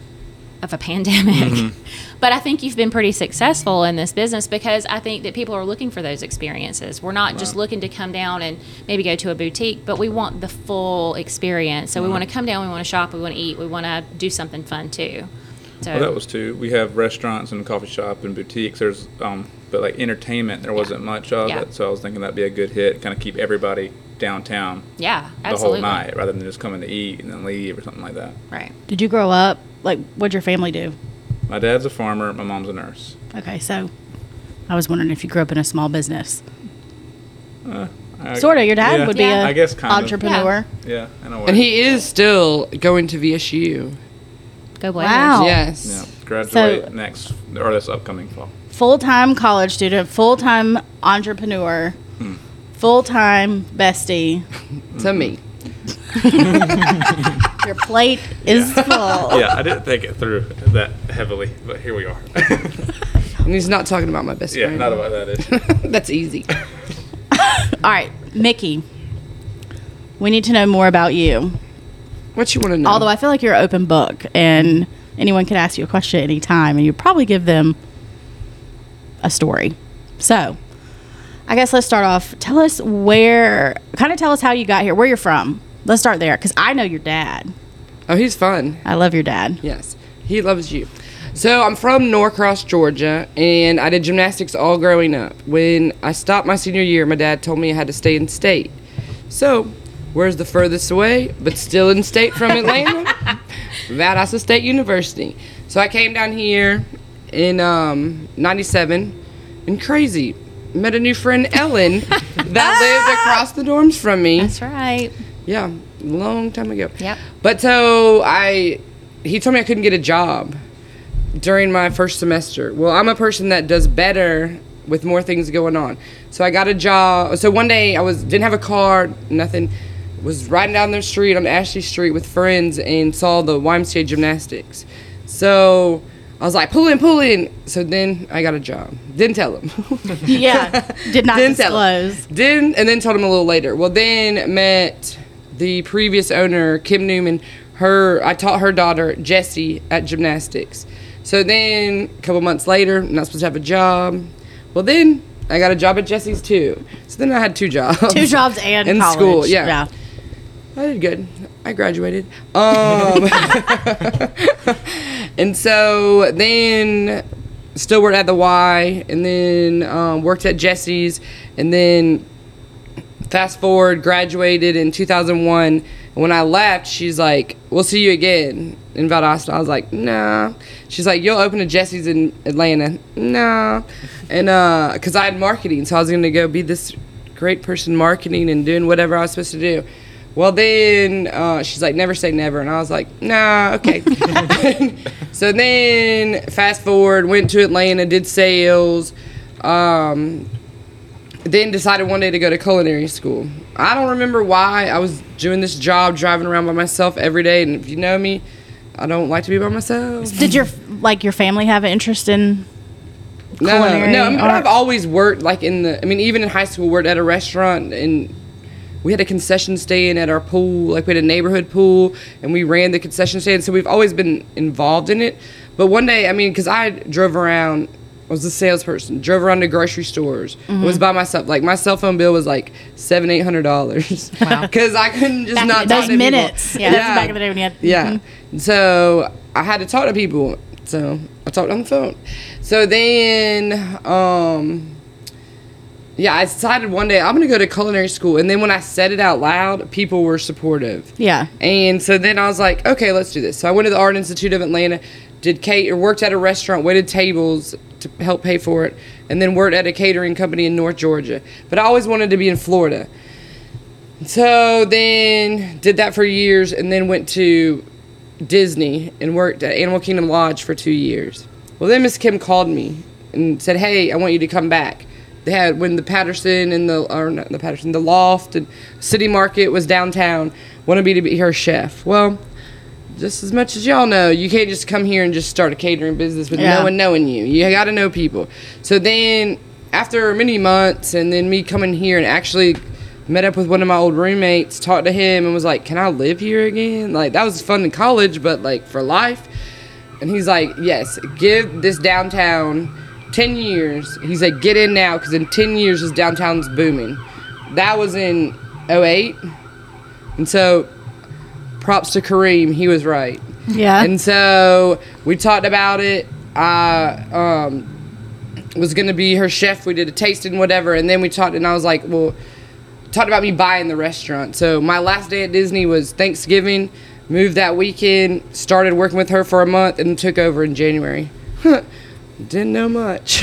[SPEAKER 1] of a pandemic,
[SPEAKER 4] Mm-hmm.
[SPEAKER 1] (laughs) but I think you've been pretty successful in this business because I think that people are looking for those experiences. We're not just looking to come down and maybe go to a boutique, but we want the full experience. So we want to come down, we want to shop, we want to eat, we want to do something fun too. So
[SPEAKER 4] Well, that was two. We have restaurants and coffee shop and boutiques. There's, um, but like entertainment, there wasn't much of
[SPEAKER 1] Yeah.
[SPEAKER 4] it. So I was thinking that'd be a good hit, kind of keep everybody downtown
[SPEAKER 1] yeah,
[SPEAKER 4] the
[SPEAKER 1] absolutely.
[SPEAKER 4] whole night, rather than just coming to eat and then leave or something like that.
[SPEAKER 1] Right.
[SPEAKER 2] Did you grow up? Like, what'd your family do?
[SPEAKER 4] My dad's a farmer. My mom's a nurse.
[SPEAKER 2] Okay, so I was wondering if you grew up in a small business.
[SPEAKER 4] Uh, I-
[SPEAKER 2] Sort of. Your dad
[SPEAKER 4] yeah,
[SPEAKER 2] would be
[SPEAKER 1] Yeah.
[SPEAKER 2] a
[SPEAKER 4] I guess kind of.
[SPEAKER 2] entrepreneur.
[SPEAKER 4] Yeah, in a way.
[SPEAKER 3] And he is still going to VSU.
[SPEAKER 1] Go Blazers.
[SPEAKER 2] Wow. Oh.
[SPEAKER 3] Yes.
[SPEAKER 4] yeah, graduate
[SPEAKER 2] So-
[SPEAKER 4] next or this upcoming fall.
[SPEAKER 2] Full time college student, full time entrepreneur, full time bestie.
[SPEAKER 3] To me.
[SPEAKER 4] Mm-hmm.
[SPEAKER 2] (laughs) Your
[SPEAKER 3] (laughs)
[SPEAKER 2] plate is full.
[SPEAKER 4] (laughs) Yeah, I didn't think it through that heavily, but here we are.
[SPEAKER 3] And he's not talking about my best
[SPEAKER 4] (laughs) yeah,
[SPEAKER 3] friend.
[SPEAKER 4] not about that
[SPEAKER 3] (laughs)
[SPEAKER 4] issue.
[SPEAKER 3] That's easy.
[SPEAKER 2] (laughs) All right, Mickey. We need to know more about you.
[SPEAKER 3] What you want to know?
[SPEAKER 2] Although I feel like you're an open book and anyone could ask you a question at any time and you'd probably give them a story. So I guess let's start off. Tell us where, kind of tell us how you got here, where you're from. Let's start there because I know your dad.
[SPEAKER 3] oh, he's fun.
[SPEAKER 2] I love your dad.
[SPEAKER 3] Yes, he loves you. So I'm from Norcross, Georgia, and I did gymnastics all growing up. When I stopped my senior year, my dad told me I had to stay in state. So, where's the furthest away, but still in state
[SPEAKER 1] (laughs)
[SPEAKER 3] from Atlanta? Valdosta State University. So I came down here in um, '97, and crazy met a new friend,
[SPEAKER 1] (laughs)
[SPEAKER 3] Ellen, that lived across the dorms from me.
[SPEAKER 1] That's right.
[SPEAKER 3] Yeah, long time ago.
[SPEAKER 1] Yep.
[SPEAKER 3] But so I, he told me I couldn't get a job during my first semester. Well, I'm a person that does better with more things going on. So I got a job. So one day I was didn't have a car, nothing. Was riding down the street on Ashley Street with friends and saw the YMCA gymnastics. So I was like, pull in, pull in. So then I got a job. Didn't tell him. (laughs)
[SPEAKER 2] Yeah. Did not
[SPEAKER 3] Didn't tell him.
[SPEAKER 2] disclose.
[SPEAKER 3] Then and then told him a little later. Well, then met the previous owner, Kim Newman. Her I taught her daughter Jessie at gymnastics. So then a couple months later, not supposed to have a job. Well, then I got a job at Jessie's too. So then I had two jobs.
[SPEAKER 2] Two jobs and
[SPEAKER 3] in
[SPEAKER 2] college.
[SPEAKER 3] school. Yeah. I did good. I graduated. Um, (laughs) and so then still worked at the Y, and then um, worked at Jesse's, and then Fast forward, graduated in 2001. When I left, she's like, "We'll see you again in Valdosta." I was like, "Nah." She's like, "You'll open a Jesse's in Atlanta." Nah, and uh, cause I had marketing, so I was gonna go be this great person marketing and doing whatever I was supposed to do. Well, then uh, she's like, never say never. And I was like, nah, okay. so then, fast forward, went to Atlanta, did sales, um, then decided one day to go to culinary school. I don't remember why. I was doing this job, driving around by myself every day. And if you know me, I don't like to be by myself.
[SPEAKER 2] Did your like your family have an interest in?
[SPEAKER 3] No, no,
[SPEAKER 2] culinary
[SPEAKER 3] no. I mean,
[SPEAKER 2] or-
[SPEAKER 3] I've always worked like in the. I mean, even in high school, worked at a restaurant, and we had a concession stand at our pool. Like we had a neighborhood pool, and we ran the concession stand. So we've always been involved in it. But one day, I mean, because I drove around, I was a salesperson, drove around to grocery stores. I
[SPEAKER 2] Mm-hmm.
[SPEAKER 3] was by myself. Like my cell phone bill was like seven, eight hundred dollars (laughs) because I couldn't just
[SPEAKER 2] Back in
[SPEAKER 3] not
[SPEAKER 2] the-
[SPEAKER 3] talk
[SPEAKER 2] those
[SPEAKER 3] to people.
[SPEAKER 2] minutes. Yeah, that's back in the day when you had-
[SPEAKER 3] Yeah. So I had to talk to people. So I talked on the phone. So then, um, yeah, I decided one day I'm gonna go to culinary school. And then when I said it out loud, people were supportive.
[SPEAKER 2] Yeah.
[SPEAKER 3] And so then I was like, okay, let's do this. So I went to the Art Institute of Atlanta, did cater, worked at a restaurant, waited tables to help pay for it, and then worked at a catering company in North Georgia. But I always wanted to be in Florida. So then did that for years and then went to Disney and worked at Animal Kingdom Lodge for two years. Well, then Miss Kim called me and said, "Hey, I want you to come back." They had when the Patterson and the or not the Patterson, the Loft and City Market was downtown. Wanted me to be her chef. Well, just as much as y'all know, you can't just come here and just start a catering business with
[SPEAKER 2] Yeah.
[SPEAKER 3] no one knowing you. You got to know people. So then, after many months, and then me coming here and actually met up with one of my old roommates, talked to him, and was like, "Can I live here again?" Like that was fun in college, but like for life. And he's like, "Yes, give this downtown ten years." He's like, "Get in now, because in ten years this downtown's booming." That was in 08. and so props to Kareem, he was right.
[SPEAKER 2] Yeah.
[SPEAKER 3] And so we talked about it. I um, was gonna be her chef. We did a tasting, whatever, and then we talked, and I was like, well, talked about me buying the restaurant. So my last day at Disney was Thanksgiving. Moved that weekend. Started working with her for a month, and took over in January. (laughs) Didn't know much, (laughs)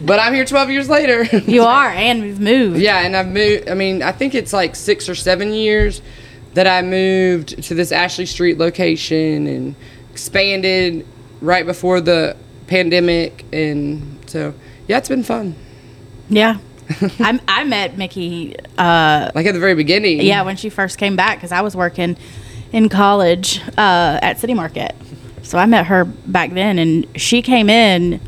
[SPEAKER 3] but I'm here 12 years later.
[SPEAKER 2] you are, and we've moved.
[SPEAKER 3] Yeah, and I've moved. I mean, I think it's like six or seven years that I moved to this Ashley Street location and expanded right before the pandemic, and so yeah, it's been fun. (laughs)
[SPEAKER 2] Yeah. I, I met Mickey. Uh,
[SPEAKER 3] Like at the very beginning.
[SPEAKER 2] yeah, when she first came back, because I was working in college uh, at City Market, so I met her back then, and she came in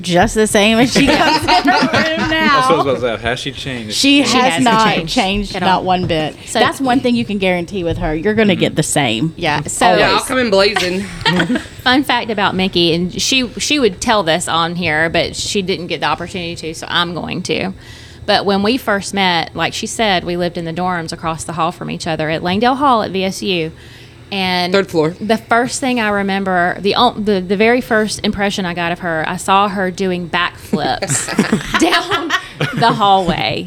[SPEAKER 2] just the same as she comes in her room
[SPEAKER 4] That's what I was
[SPEAKER 2] now.
[SPEAKER 4] about to say. Has she changed?
[SPEAKER 2] She, has,
[SPEAKER 5] hasn't
[SPEAKER 2] not
[SPEAKER 5] changed
[SPEAKER 2] changed,
[SPEAKER 5] at all.
[SPEAKER 2] not one bit.
[SPEAKER 5] So- Mm-hmm.
[SPEAKER 2] That's one thing you can guarantee with her. You're going to get the same.
[SPEAKER 5] Yeah. So
[SPEAKER 3] Oh, Yeah, I'll come
[SPEAKER 5] (laughs)
[SPEAKER 3] in blazing.
[SPEAKER 5] fun fact about Mickey, and she she would tell this on here, but she didn't get the opportunity to, so I'm going to. But when we first met, like she said, we lived in the dorms across the hall from each other at Langdale Hall at VSU, and
[SPEAKER 3] Third floor.
[SPEAKER 5] The first thing I remember, the on- the, the very first impression I got of her, I saw her doing backflips down the hallway,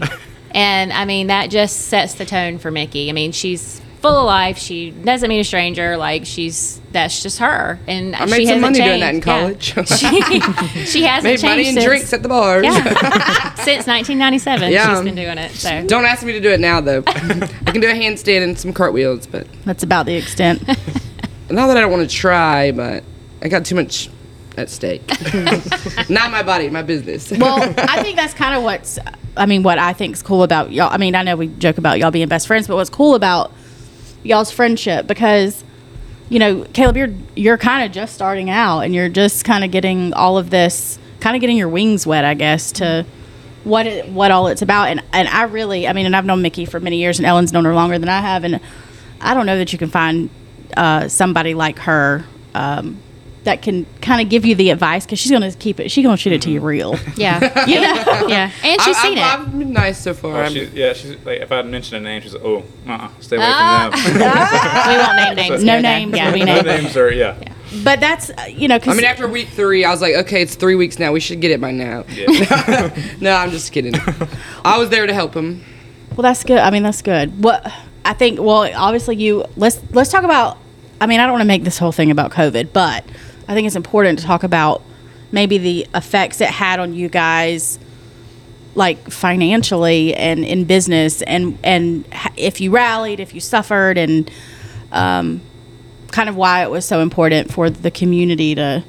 [SPEAKER 5] and I mean that just sets the tone for Mickey. I mean she's full of life. She doesn't meet a stranger. Like she's that's just her, and
[SPEAKER 3] I
[SPEAKER 5] she
[SPEAKER 3] made
[SPEAKER 5] hasn't
[SPEAKER 3] some money
[SPEAKER 5] changed.
[SPEAKER 3] doing that in college.
[SPEAKER 5] Yeah. (laughs) she,
[SPEAKER 3] (laughs)
[SPEAKER 5] she hasn't
[SPEAKER 3] Made
[SPEAKER 5] changed
[SPEAKER 3] money and
[SPEAKER 5] since,
[SPEAKER 3] drinks at the
[SPEAKER 5] (laughs)
[SPEAKER 3] bars.
[SPEAKER 5] yeah, since 1997.
[SPEAKER 3] Yeah.
[SPEAKER 5] She's been doing it. So
[SPEAKER 3] (laughs) Don't ask me to do it now though. I can do a handstand and some cartwheels, but
[SPEAKER 2] That's about the extent.
[SPEAKER 5] (laughs)
[SPEAKER 3] not that I don't want to try, but I got too much at stake. (laughs) not my body, my business.
[SPEAKER 2] (laughs)
[SPEAKER 3] (laughs)
[SPEAKER 2] well, I think that's kind of what's. I mean, what I think's cool about y'all. I mean, I know we joke about y'all being best friends, but what's cool about y'all's friendship because, you know, Caleb, you're you're kind of just starting out, and you're just kind of getting all of this, kind of getting your wings wet, I guess, to what it, what all it's about. And and I really, I mean, and I've known Mickey for many years, and Ellen's known her longer than I have, and I don't know that you can find uh, somebody like her. Um, that can kind of give you the advice because she's gonna keep it. She's gonna shoot it to you real.
[SPEAKER 3] (laughs)
[SPEAKER 5] yeah,
[SPEAKER 2] You know?
[SPEAKER 5] yeah, and she's
[SPEAKER 3] I,
[SPEAKER 5] seen
[SPEAKER 3] I've,
[SPEAKER 5] it.
[SPEAKER 3] I've been nice so far.
[SPEAKER 4] Oh,
[SPEAKER 3] I'm-
[SPEAKER 4] she, yeah, she's like, if I mentioned a name, she's like, oh, uh-uh, stay away
[SPEAKER 1] Ah. (laughs)
[SPEAKER 4] from
[SPEAKER 5] Ah. (laughs)
[SPEAKER 4] (laughs)
[SPEAKER 5] we won't name
[SPEAKER 3] (laughs)
[SPEAKER 5] names.
[SPEAKER 2] No
[SPEAKER 5] here, though.
[SPEAKER 2] names,
[SPEAKER 5] Yeah.
[SPEAKER 2] we
[SPEAKER 4] them. Her
[SPEAKER 2] know.
[SPEAKER 4] names are, yeah.
[SPEAKER 2] (laughs) But that's uh, you know, 'cause-
[SPEAKER 3] I mean, after week three, I was like, okay, it's three weeks now. We should get it by now. (laughs)
[SPEAKER 4] yeah. (laughs)
[SPEAKER 3] no, I'm just kidding. I was there to help him.
[SPEAKER 2] Well, that's good. I mean, that's good. What I think. Well, obviously, you let's let's talk about. I mean, I don't want to make this whole thing about COVID, but I think it's important to talk about maybe the effects it had on you guys, like financially and in business, and and h- if you rallied, if you suffered, and um, kind of why it was so important for the community to,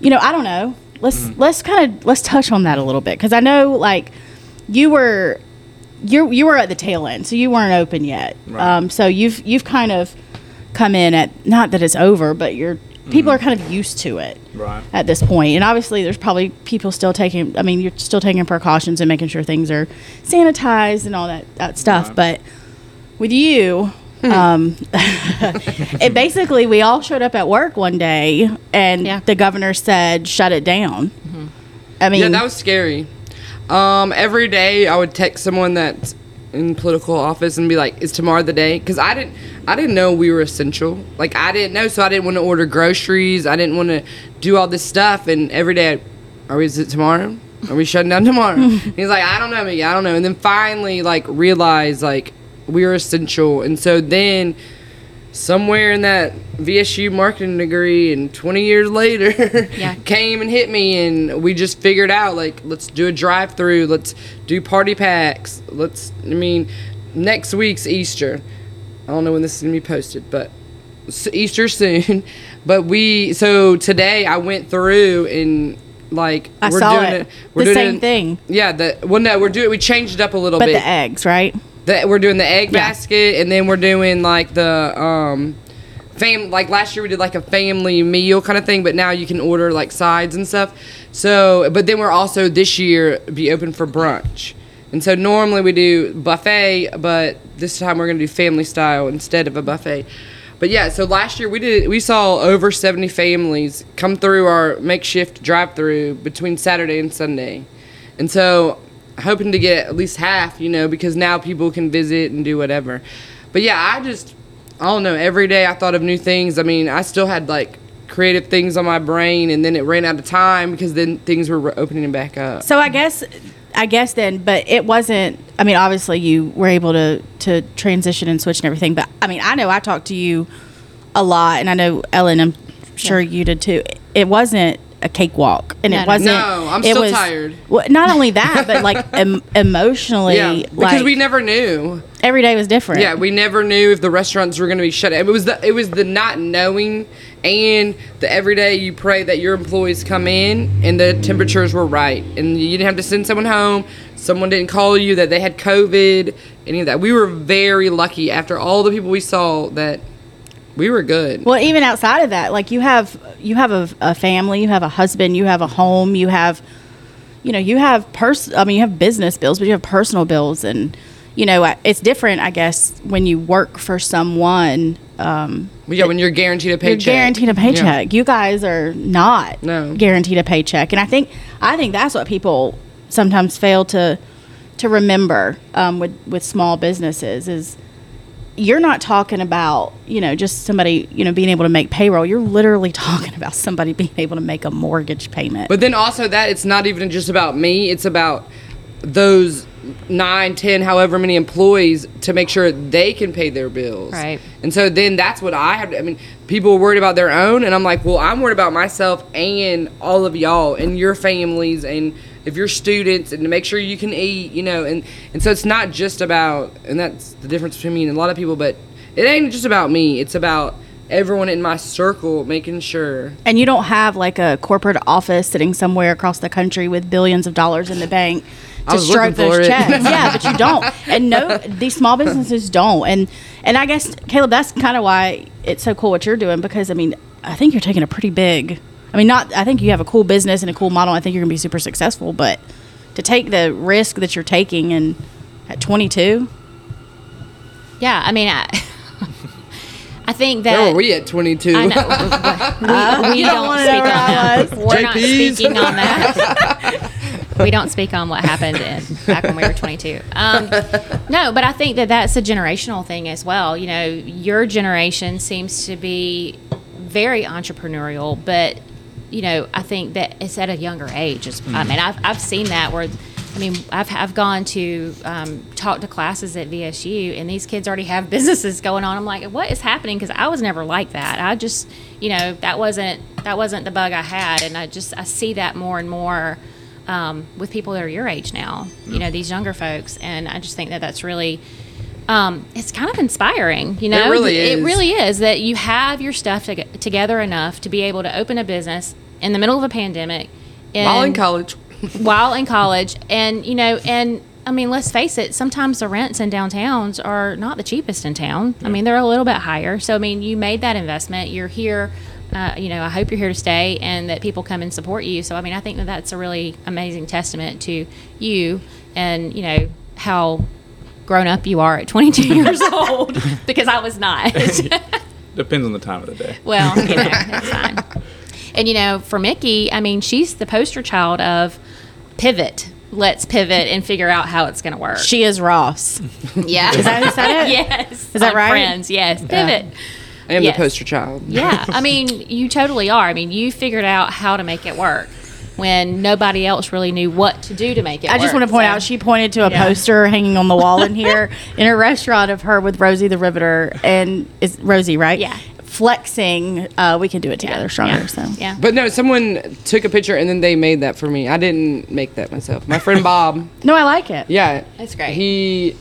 [SPEAKER 2] you know, I don't know. Let's let's kind of let's touch on that a little bit because I know like you were you you were at the tail end, so you weren't open yet.
[SPEAKER 4] Right.
[SPEAKER 2] Um, so you've you've kind of come in at not that it's over, but you're people are kind of used to it
[SPEAKER 4] Right.
[SPEAKER 2] at this point. And obviously, there's probably people still taking. I mean, you're still taking precautions and making sure things are sanitized and all that that stuff.
[SPEAKER 4] Right.
[SPEAKER 2] But with you, um, (laughs) it basically we all showed up at work one day, and
[SPEAKER 5] Yeah.
[SPEAKER 2] the governor said, "Shut it down." I mean,
[SPEAKER 3] Yeah, that was scary. Um, every day I would text someone that's in political office and be like, "Is tomorrow the day?" Because I didn't, I didn't know we were essential. Like I didn't know, so I didn't want to order groceries. I didn't want to do all this stuff. And every day, I'd, are we? Is it tomorrow? Are we shutting down tomorrow? And he's like, I don't know, Mickey, I don't know. And then finally, like, realize like we are essential. And so then somewhere in that VSU marketing degree and 20 years later (laughs)
[SPEAKER 5] Yeah.
[SPEAKER 3] came and hit me and we just figured out like let's do a drive through, let's do party packs. Let's I mean next week's Easter. I don't know when this is going to be posted, but s- Easter soon. (laughs) But we so today I went through and like
[SPEAKER 2] I saw it. The same
[SPEAKER 3] it-
[SPEAKER 2] thing.
[SPEAKER 3] Yeah, the well no, we're doing we changed it up a little
[SPEAKER 2] but
[SPEAKER 3] bit
[SPEAKER 2] the eggs, right?
[SPEAKER 3] that we're doing the egg
[SPEAKER 2] Yeah.
[SPEAKER 3] basket and then we're doing like the um fam like last year we did like a family meal kind of thing but now you can order like sides and stuff so but then we're also this year be open for brunch and so normally we do buffet but this time we're going to do family style instead of a buffet but yeah so last year we did we saw over 70 families come through our makeshift drive through between saturday and sunday and so hoping to get at least half, you know, because now people can visit and do whatever. But yeah, I just I don't know, every day I thought of new things. I mean, I still had like creative things on my brain and then it ran out of time because then things were re- opening back up.
[SPEAKER 2] So I guess, I guess then, but it wasn't. I mean, obviously you were able to to transition and switch and everything. But I mean, I know I talked to you a lot, and I know Ellen. I'm sure you did too. It wasn't a cakewalk, and
[SPEAKER 5] No,
[SPEAKER 2] it
[SPEAKER 5] no.
[SPEAKER 2] wasn't.
[SPEAKER 3] No, I'm
[SPEAKER 2] it
[SPEAKER 3] still
[SPEAKER 2] was-
[SPEAKER 3] tired.
[SPEAKER 2] Well, not only that, but like
[SPEAKER 3] (laughs)
[SPEAKER 2] em- emotionally,
[SPEAKER 3] Yeah, because
[SPEAKER 2] like
[SPEAKER 3] we never knew.
[SPEAKER 2] every day was different.
[SPEAKER 3] Yeah, we never knew if the restaurants were going to be shut. It was the it was the not knowing, and the every day you pray that your employees come in and the temperatures were right, and you didn't have to send someone home. Someone didn't call you that they had COVID, any of that. We were very lucky after all the people we saw that we were good.
[SPEAKER 2] Well, even outside of that, like you have you have a, a family, you have a husband, you have a home, you have, you know, you have pers- I mean, you have business bills, but you have personal bills, and you know, I- it's different, I guess, when you work for someone. Um,
[SPEAKER 3] yeah, when you're guaranteed a
[SPEAKER 2] you're
[SPEAKER 3] paycheck,
[SPEAKER 2] guaranteed a
[SPEAKER 3] Yeah.
[SPEAKER 2] paycheck. You guys are not
[SPEAKER 3] No.
[SPEAKER 2] guaranteed a paycheck, and I think I think that's what people sometimes fail to to remember um, with with small businesses is you're not talking about you know just somebody you know being able to make payroll. You're literally (laughs) talking about somebody being able to make a mortgage payment.
[SPEAKER 3] But then also that it's not even just about me. It's about those nine, ten, however many employees to make sure they can pay their bills.
[SPEAKER 5] Right.
[SPEAKER 3] And so then that's what I have. To, I mean, people are worried about their own, and I'm like, well, I'm worried about myself and all of y'all and your families and if you're students and to make sure you can eat, you know. And and so it's not just about, and that's the difference between me and a lot of people. But it ain't just about me. It's about everyone in my circle making sure
[SPEAKER 2] and you don't have like a corporate office sitting somewhere across the country with billions of dollars in the bank to
[SPEAKER 3] was
[SPEAKER 2] stroke
[SPEAKER 3] looking for
[SPEAKER 2] those
[SPEAKER 3] it. (laughs)
[SPEAKER 2] checks. yeah, but you don't. And no, these small businesses don't. And and I guess Caleb, that's kind of why it's so cool what you're doing because I mean, I think you're taking a pretty big. I mean, not. I think you have a cool business and a cool model. I think you're gonna be super successful. But to take the risk that you're taking and at 22,
[SPEAKER 5] Yeah, I mean, I, (laughs) I think that
[SPEAKER 3] where were we at 22
[SPEAKER 5] I know. (laughs) We, we don't,
[SPEAKER 2] wanna know
[SPEAKER 5] speak on
[SPEAKER 2] where I
[SPEAKER 5] that. We're not
[SPEAKER 3] JPs.
[SPEAKER 5] speaking on
[SPEAKER 3] (laughs)
[SPEAKER 5] that. we don't speak on what happened in, back when we were 22. Um, no, but I think that that's a generational thing as well. You know, your generation seems to be very entrepreneurial, but you know, I think that it's at a younger age. It's, I mean, I've, I've seen that where
[SPEAKER 1] I mean, I've, I've gone to um, talk to classes at VSU, and these kids already have businesses going on. I'm like, what is happening? Because I was never like that. I just, you know, that wasn't that wasn't the bug I had, and I just I see that more and more um, with people that are your age now. You know, these younger folks, and I just think that that's really um, it's kind of inspiring, you know.
[SPEAKER 3] really is.
[SPEAKER 1] It really is that you have your stuff to, together enough to be able to open a business in the middle of a pandemic.
[SPEAKER 3] While in
[SPEAKER 1] and-
[SPEAKER 3] college.
[SPEAKER 1] while in college and you know and i mean let's face it sometimes the rents in downtowns are not the cheapest in town i mean they're a little bit higher so i mean you made that investment you're here uh, you know i hope you're here to stay and that people come and support you so i mean i think that that's a really amazing testament to you and you know how grown up you are at 22 years old because i was not (laughs)
[SPEAKER 4] Depends on the time of the day. (laughs)
[SPEAKER 1] well, you know, it's fine. And you know, for Mickey, I mean, she's the poster child of pivot. Let's pivot and figure out how it's going to work.
[SPEAKER 2] She is Ross.
[SPEAKER 1] yeah.
[SPEAKER 2] Is that, is that
[SPEAKER 1] (laughs)
[SPEAKER 2] it?
[SPEAKER 1] yes.
[SPEAKER 2] Is that
[SPEAKER 1] On
[SPEAKER 2] right?
[SPEAKER 1] Friends. Yes. Pivot.
[SPEAKER 3] I am
[SPEAKER 1] Yes.
[SPEAKER 3] the poster child.
[SPEAKER 1] Yeah. I mean, you totally are. I mean, you figured out how to make it work when nobody else really knew what to do to make it
[SPEAKER 2] I just
[SPEAKER 1] work.
[SPEAKER 2] want to point
[SPEAKER 1] So-
[SPEAKER 2] out she pointed to a
[SPEAKER 1] Yeah.
[SPEAKER 2] poster hanging on the wall
[SPEAKER 1] (laughs)
[SPEAKER 2] in here in a restaurant of her with Rosie the Riveter and is Rosie right?
[SPEAKER 1] Yeah.
[SPEAKER 2] flexing. Uh, we can do it together, stronger.
[SPEAKER 1] Yeah.
[SPEAKER 2] So
[SPEAKER 1] Yeah.
[SPEAKER 3] (laughs) But no, someone took a picture and then they made that for me. I didn't make that myself. My friend Bob.
[SPEAKER 2] no, I like it.
[SPEAKER 3] Yeah.
[SPEAKER 1] That's great.
[SPEAKER 3] He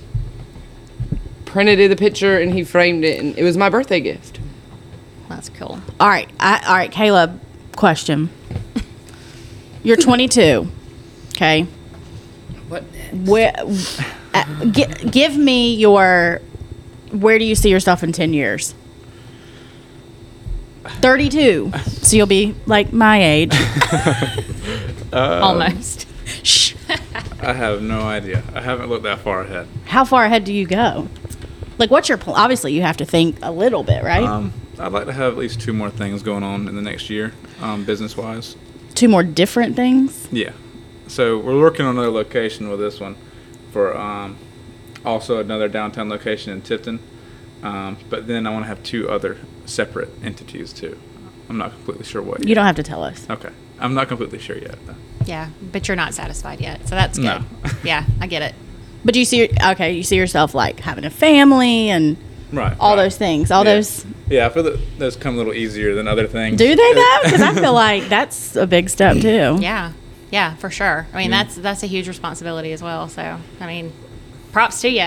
[SPEAKER 3] printed the picture and he framed it and it was my birthday gift.
[SPEAKER 1] That's cool.
[SPEAKER 2] All right, I, all right, Caleb.
[SPEAKER 1] (laughs)
[SPEAKER 2] Question. You're 22. Okay.
[SPEAKER 3] What?
[SPEAKER 2] Where, uh, gi- give me your. Where do you see yourself in 10 years? 32. So you'll be like
[SPEAKER 1] (laughs)
[SPEAKER 2] my age.
[SPEAKER 4] Uh,
[SPEAKER 1] Almost.
[SPEAKER 2] Shh.
[SPEAKER 4] I have no idea. I haven't looked that far ahead.
[SPEAKER 2] How far ahead do you go? Like, what's your plan? Obviously, you have to think a little bit, right?
[SPEAKER 4] Um, I'd like to have at least two more things going on in the next year, um, business wise.
[SPEAKER 2] Two more different things.
[SPEAKER 4] Yeah. So we're working on another location with this one for um, also another downtown location in Tipton. Um, but then I want to have two other separate entities too. I'm not completely sure what.
[SPEAKER 2] You don't have to tell us.
[SPEAKER 4] don't. Okay. I'm not completely sure yet. though.
[SPEAKER 1] Yeah. But you're not satisfied yet. So that's good.
[SPEAKER 4] No.
[SPEAKER 1] Yeah. I get it.
[SPEAKER 2] But you see, okay, you see yourself like having a family and
[SPEAKER 4] Right.
[SPEAKER 2] all
[SPEAKER 4] right.
[SPEAKER 2] those things. All
[SPEAKER 4] yeah.
[SPEAKER 2] those.
[SPEAKER 4] Yeah, I feel that those come a little easier than other things.
[SPEAKER 2] Do they
[SPEAKER 4] (laughs)
[SPEAKER 2] though? Because I feel like that's a big step too.
[SPEAKER 1] Yeah, yeah, for sure. I mean, that's that's a huge responsibility as well. So, I mean, props to you.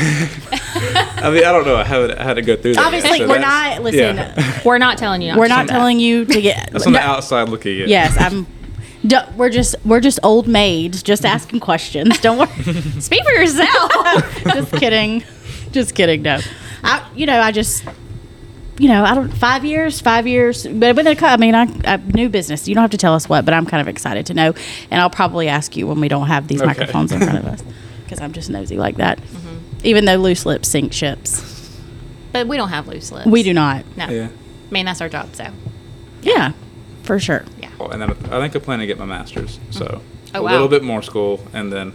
[SPEAKER 4] (laughs) I mean, I don't know. I haven't had to go through that. yet,
[SPEAKER 2] Obviously,
[SPEAKER 4] so
[SPEAKER 2] we're
[SPEAKER 4] that's-
[SPEAKER 2] not. Listen,
[SPEAKER 4] yeah.
[SPEAKER 1] (laughs)
[SPEAKER 2] (laughs)
[SPEAKER 1] we're not telling you. Not
[SPEAKER 2] we're
[SPEAKER 1] (laughs) to
[SPEAKER 2] not
[SPEAKER 1] do that.
[SPEAKER 2] telling you to get.
[SPEAKER 4] That's on the
[SPEAKER 2] No,
[SPEAKER 4] outside looking in.
[SPEAKER 2] Yes, I'm. do we're just we're just old maids, just asking questions. Don't worry.
[SPEAKER 1] Speak for yourself.
[SPEAKER 2] (laughs) just kidding. Just kidding. No, I. You know, I just. You know, I don't. Five years, five years. But when it, co- I mean, I, I new business. You don't have to tell us what, but I'm kind of excited to know, and I'll probably ask you when we don't have these
[SPEAKER 4] Okay.
[SPEAKER 2] microphones in front of us, because I'm just nosy like that. Even though loose lips sink ships,
[SPEAKER 1] but we don't have loose lips.
[SPEAKER 2] we do not.
[SPEAKER 1] No.
[SPEAKER 4] Yeah.
[SPEAKER 1] I mean, that's our job. So,
[SPEAKER 2] Yeah, for sure.
[SPEAKER 4] Oh, And then I think I plan to get my master's. So
[SPEAKER 1] Oh,
[SPEAKER 2] Mm-hmm.
[SPEAKER 4] a
[SPEAKER 1] wow.
[SPEAKER 4] little bit more school and then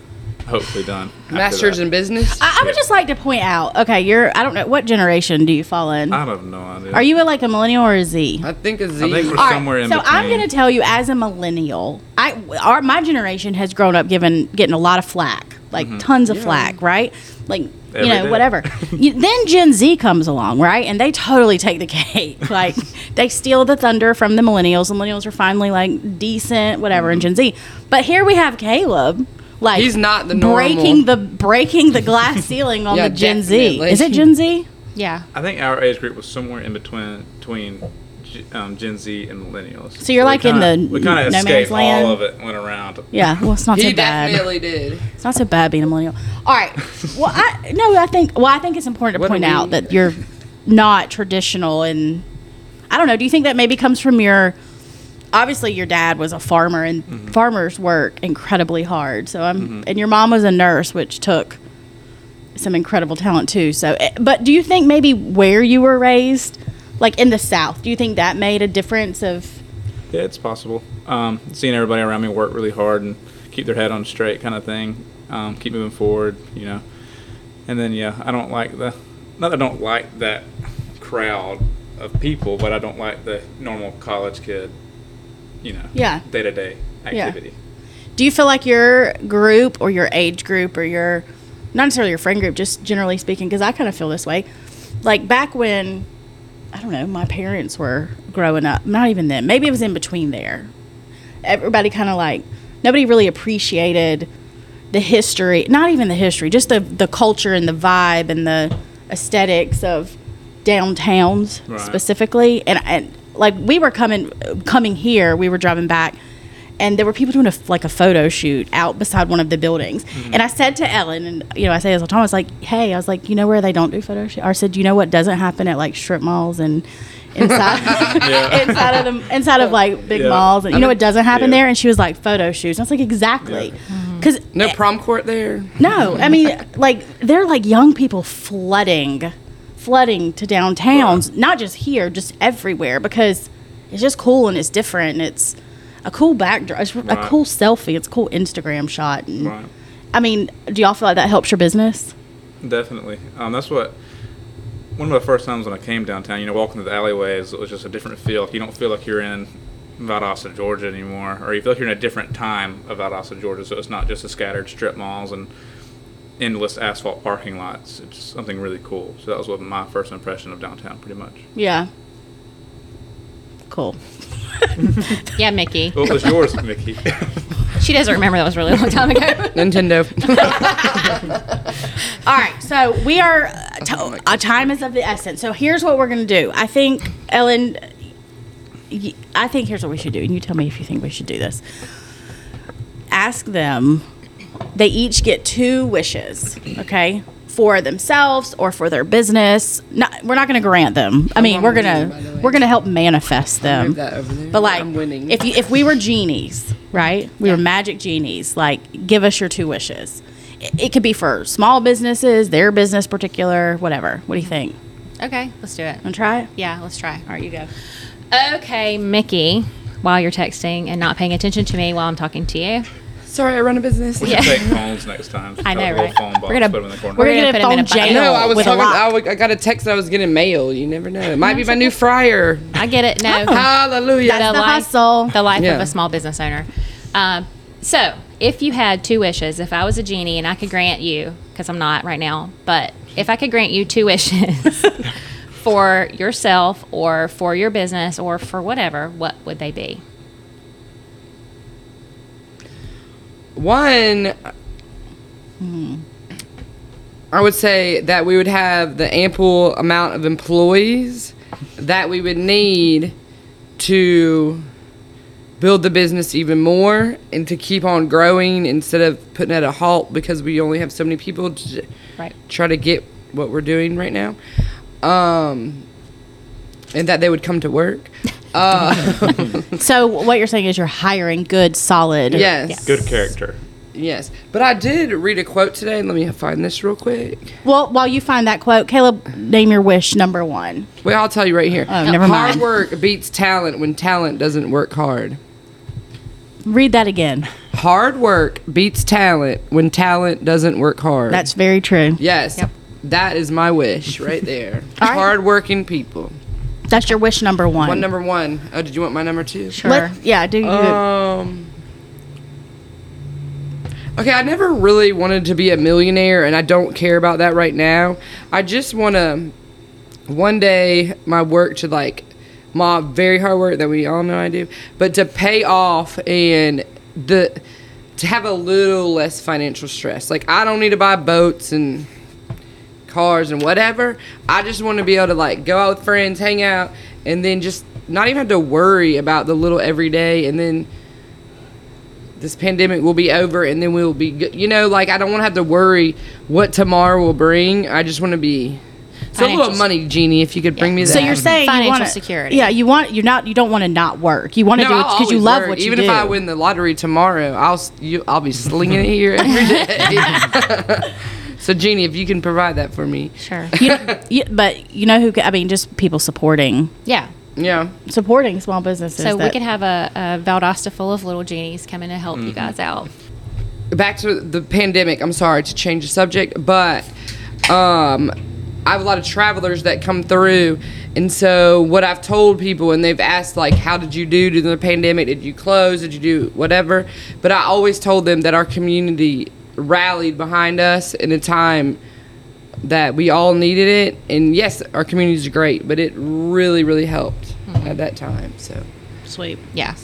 [SPEAKER 4] hopefully done. after
[SPEAKER 3] Masters
[SPEAKER 4] that.
[SPEAKER 3] in business.
[SPEAKER 2] I, I would just like to point out. Okay, you're. I don't know what generation do you fall in.
[SPEAKER 4] I have no idea.
[SPEAKER 2] Are you a, like a millennial or a Z?
[SPEAKER 3] I think a Z.
[SPEAKER 4] I think we're
[SPEAKER 2] All right,
[SPEAKER 4] somewhere in
[SPEAKER 2] so
[SPEAKER 4] between.
[SPEAKER 2] I'm going to tell you, as a millennial, I our my generation has grown up given getting a lot of flack, like tons of flack, right? Like
[SPEAKER 4] Mm-hmm. Every
[SPEAKER 2] you know,
[SPEAKER 4] day. (laughs)
[SPEAKER 2] whatever. you, then Gen Z comes along, right? And they totally take the cake. (laughs) Like they steal the thunder from the millennials. The millennials are finally like decent, whatever, and Gen
[SPEAKER 4] Mm-hmm.
[SPEAKER 2] Z. But here we have Caleb. Like
[SPEAKER 3] He's not the normal.
[SPEAKER 2] breaking the breaking the glass ceiling on
[SPEAKER 3] (laughs) Yeah,
[SPEAKER 2] the Gen
[SPEAKER 3] definitely.
[SPEAKER 2] Z. Is it Gen Z?
[SPEAKER 1] yeah.
[SPEAKER 4] I think our age group was somewhere in between between G- um, Gen Z and millennials. So
[SPEAKER 2] you're
[SPEAKER 4] we
[SPEAKER 2] like in the
[SPEAKER 4] kinda- we kind
[SPEAKER 2] no
[SPEAKER 4] of
[SPEAKER 2] man's
[SPEAKER 4] escaped
[SPEAKER 2] land?
[SPEAKER 4] all of it and went around.
[SPEAKER 2] Yeah, well, it's not
[SPEAKER 3] he
[SPEAKER 2] too bad.
[SPEAKER 3] definitely did.
[SPEAKER 2] It's not so bad being a millennial. All right. Well, I no, I think well, I think it's important to
[SPEAKER 3] What do
[SPEAKER 2] point
[SPEAKER 3] we-
[SPEAKER 2] out that you're not traditional and I don't know, do you think that maybe comes from your obviously your dad was a farmer and
[SPEAKER 3] Mm-hmm.
[SPEAKER 2] farmers work incredibly hard. So I'm and your mom was a nurse which took some incredible talent too. So eh, but do you think maybe where you were raised like in the south, do you think that made a difference of
[SPEAKER 4] Yeah, it's possible. Um, seeing everybody around me work really hard and keep their head on straight, kind of thing. Um, keep moving forward, you know. And then yeah, I don't like the not that I don't like that crowd of people, but I don't like the normal college kid, you know,
[SPEAKER 2] Yeah.
[SPEAKER 4] day to day activity.
[SPEAKER 2] Do Do you feel like your group or your age group or your, not necessarily your friend group, just generally speaking, because I kind of feel this way. Like back when, I don't know, my parents were growing up, not even then, maybe it was in between there. Everybody kind of like, nobody really appreciated the history, not even the history, just the, the culture and the vibe and the aesthetics of downtowns
[SPEAKER 4] Right.
[SPEAKER 2] specifically. And, and like we were coming coming here, we were driving back, and there were people doing a, f- like a photo shoot out beside one of the buildings.
[SPEAKER 4] Mm-hmm.
[SPEAKER 2] And I said to Ellen, and you know, I say this all the time, I was like, hey, I was like, you know where they don't do photo shoot? Or I said, you know what doesn't happen at like strip malls and inside
[SPEAKER 4] (laughs)
[SPEAKER 2] (laughs) inside of the inside of like big
[SPEAKER 4] Yeah.
[SPEAKER 2] malls and you know what doesn't happen
[SPEAKER 4] Yeah.
[SPEAKER 2] there and she was like photo shoots and i was like exactly because
[SPEAKER 3] No prom court there.
[SPEAKER 2] no, I mean, like they're like young people flooding, flooding to downtowns, not just here, just everywhere because it's just cool and it's different. And it's a cool backdrop, it's a
[SPEAKER 4] Right.
[SPEAKER 2] cool selfie, it's a cool Instagram shot. And
[SPEAKER 4] Right.
[SPEAKER 2] I mean, do y'all feel like that helps your business?
[SPEAKER 4] Definitely. Um, that's what. One of the first times when I came downtown, you know, walking through the alleyways, it was just a different feel. You don't feel like you're in Valdosta, Georgia anymore, or you feel like you're in a different time of Valdosta, Georgia. So it's not just the scattered strip malls and endless asphalt parking lots. It's something really cool. So that was what my first impression of downtown, pretty much.
[SPEAKER 2] Yeah. Cool.
[SPEAKER 5] Yeah, Mickey.
[SPEAKER 4] What was yours, Mickey? (laughs)
[SPEAKER 5] She doesn't remember that was a really long time ago.
[SPEAKER 3] Nintendo.
[SPEAKER 2] All right, so we are. uh,
[SPEAKER 3] Oh
[SPEAKER 2] To, uh, time is of the essence. So here's what we're gonna do. I think Ellen. y- I think here's what we should do, and you tell me if you think we should do this. Ask them. They each get two wishes, okay, for themselves or for their business. Not, we're not gonna grant them. I mean,
[SPEAKER 3] I'm
[SPEAKER 2] we're
[SPEAKER 3] winning, by the
[SPEAKER 2] gonna
[SPEAKER 3] way.
[SPEAKER 2] we're gonna help manifest them.
[SPEAKER 3] (laughs) Move that over there.
[SPEAKER 2] But like,
[SPEAKER 3] I'm winning.
[SPEAKER 2] if you, if we were genies, right? We were magic genies. Like, give us your two wishes. It, it could be for small businesses, their business particular, whatever. What do you think?
[SPEAKER 5] okay, let's do it.
[SPEAKER 2] Want to try it?
[SPEAKER 5] Yeah, let's try.
[SPEAKER 2] All right, you go.
[SPEAKER 5] Okay, Mickey, while you're texting and not paying attention to me while I'm talking to you,
[SPEAKER 3] Sorry, I run a business.
[SPEAKER 4] We should take phones next time.
[SPEAKER 5] I know,
[SPEAKER 4] Have a whole
[SPEAKER 5] right?
[SPEAKER 4] phone box,
[SPEAKER 5] We're gonna-
[SPEAKER 4] put 'em in the corner.
[SPEAKER 2] We're,
[SPEAKER 5] gonna
[SPEAKER 2] gonna, phone
[SPEAKER 5] put 'em in a bucket.
[SPEAKER 2] jail
[SPEAKER 5] No,
[SPEAKER 3] No, I was
[SPEAKER 2] with a
[SPEAKER 3] talking. I,
[SPEAKER 2] lock.
[SPEAKER 3] w- I got a text that I was getting mail. You never know. It might be my new fryer.
[SPEAKER 5] I get it. No,
[SPEAKER 1] Oh.
[SPEAKER 2] Oh.
[SPEAKER 3] Hallelujah.
[SPEAKER 2] That's
[SPEAKER 5] the
[SPEAKER 2] the
[SPEAKER 5] life-
[SPEAKER 2] hustle.
[SPEAKER 5] the life of
[SPEAKER 3] Yeah.
[SPEAKER 5] a small business owner. Um, so, if you had two wishes, if I was a genie and I could grant you, because I'm not right now, but if I could grant you two (laughs) wishes for yourself or for your business or for whatever, what would they be?
[SPEAKER 3] One, I would say that we would have the ample amount of employees that we would need to build the business even more and to keep on growing instead of putting at a halt because we only have so many people to
[SPEAKER 5] Right.
[SPEAKER 3] try to get what we're doing right now. Um, and that they would come to work. Uh, (laughs)
[SPEAKER 2] So what you're saying is you're hiring good, solid.
[SPEAKER 3] Yes.
[SPEAKER 4] Good character.
[SPEAKER 3] Yes. But I did read a quote today. Let me find this real quick.
[SPEAKER 2] Well, while you find that quote, Caleb, name your wish number one.
[SPEAKER 3] Well, I'll tell you right here.
[SPEAKER 2] Oh, never
[SPEAKER 3] hard
[SPEAKER 2] mind.
[SPEAKER 3] work beats talent when talent doesn't work hard.
[SPEAKER 2] Read that again.
[SPEAKER 3] Hard work beats talent when talent doesn't work hard.
[SPEAKER 2] That's very true.
[SPEAKER 3] yes. That is my wish right
[SPEAKER 2] (laughs)
[SPEAKER 3] there.
[SPEAKER 2] right.
[SPEAKER 3] Hardworking people.
[SPEAKER 2] That's your wish number one.
[SPEAKER 3] One number one. Oh, did you want my number two?
[SPEAKER 5] Sure.
[SPEAKER 2] Let, yeah, do you?
[SPEAKER 3] Um. Okay, I never really wanted to be a millionaire, and I don't care about that right now. I just want to one day my work to like my very hard work that we all know I do, but to pay off and the to have a little less financial stress. Like I don't need to buy boats and cars and whatever. I just want to be able to like go out with friends, hang out, and then just not even have to worry about the little everyday. And then this pandemic will be over, and then we'll be good. You know, like I don't want to have to worry what tomorrow will bring. I just want to be. So a little
[SPEAKER 5] Financial-
[SPEAKER 3] money genie, if you could bring me that.
[SPEAKER 2] So you're saying you
[SPEAKER 5] Financial
[SPEAKER 2] wanna-
[SPEAKER 5] security.
[SPEAKER 2] Yeah, you want you're not you don't want to not work. You want to
[SPEAKER 3] No,
[SPEAKER 2] do it
[SPEAKER 3] I'll
[SPEAKER 2] because you
[SPEAKER 3] always
[SPEAKER 2] love
[SPEAKER 3] work.
[SPEAKER 2] what you
[SPEAKER 3] Even
[SPEAKER 2] do.
[SPEAKER 3] if I win the lottery tomorrow, I'll s- you, I'll be slinging it here
[SPEAKER 2] (laughs)
[SPEAKER 3] every day. (laughs) so Jeannie, if you can provide that for me,
[SPEAKER 5] Sure.
[SPEAKER 2] You-
[SPEAKER 3] (laughs)
[SPEAKER 2] you- but you know who? ca- I mean, just people supporting
[SPEAKER 5] Yeah.
[SPEAKER 3] yeah.
[SPEAKER 2] supporting small businesses.
[SPEAKER 5] So we
[SPEAKER 2] that-
[SPEAKER 5] could have a, a Valdosta full of little genies coming to help
[SPEAKER 4] Mm-hmm.
[SPEAKER 5] you guys out.
[SPEAKER 3] back to the pandemic. I'm sorry to change the subject, but um, I have a lot of travelers that come through, and so what I've told people, and they've asked like, "How did you do during the pandemic? Did you close? Did you do whatever?" But I always told them that our community rallied behind us in a time that we all needed it, and yes, our community is great, but it really, really helped at that time. So,
[SPEAKER 2] Sweet.
[SPEAKER 1] Yeah.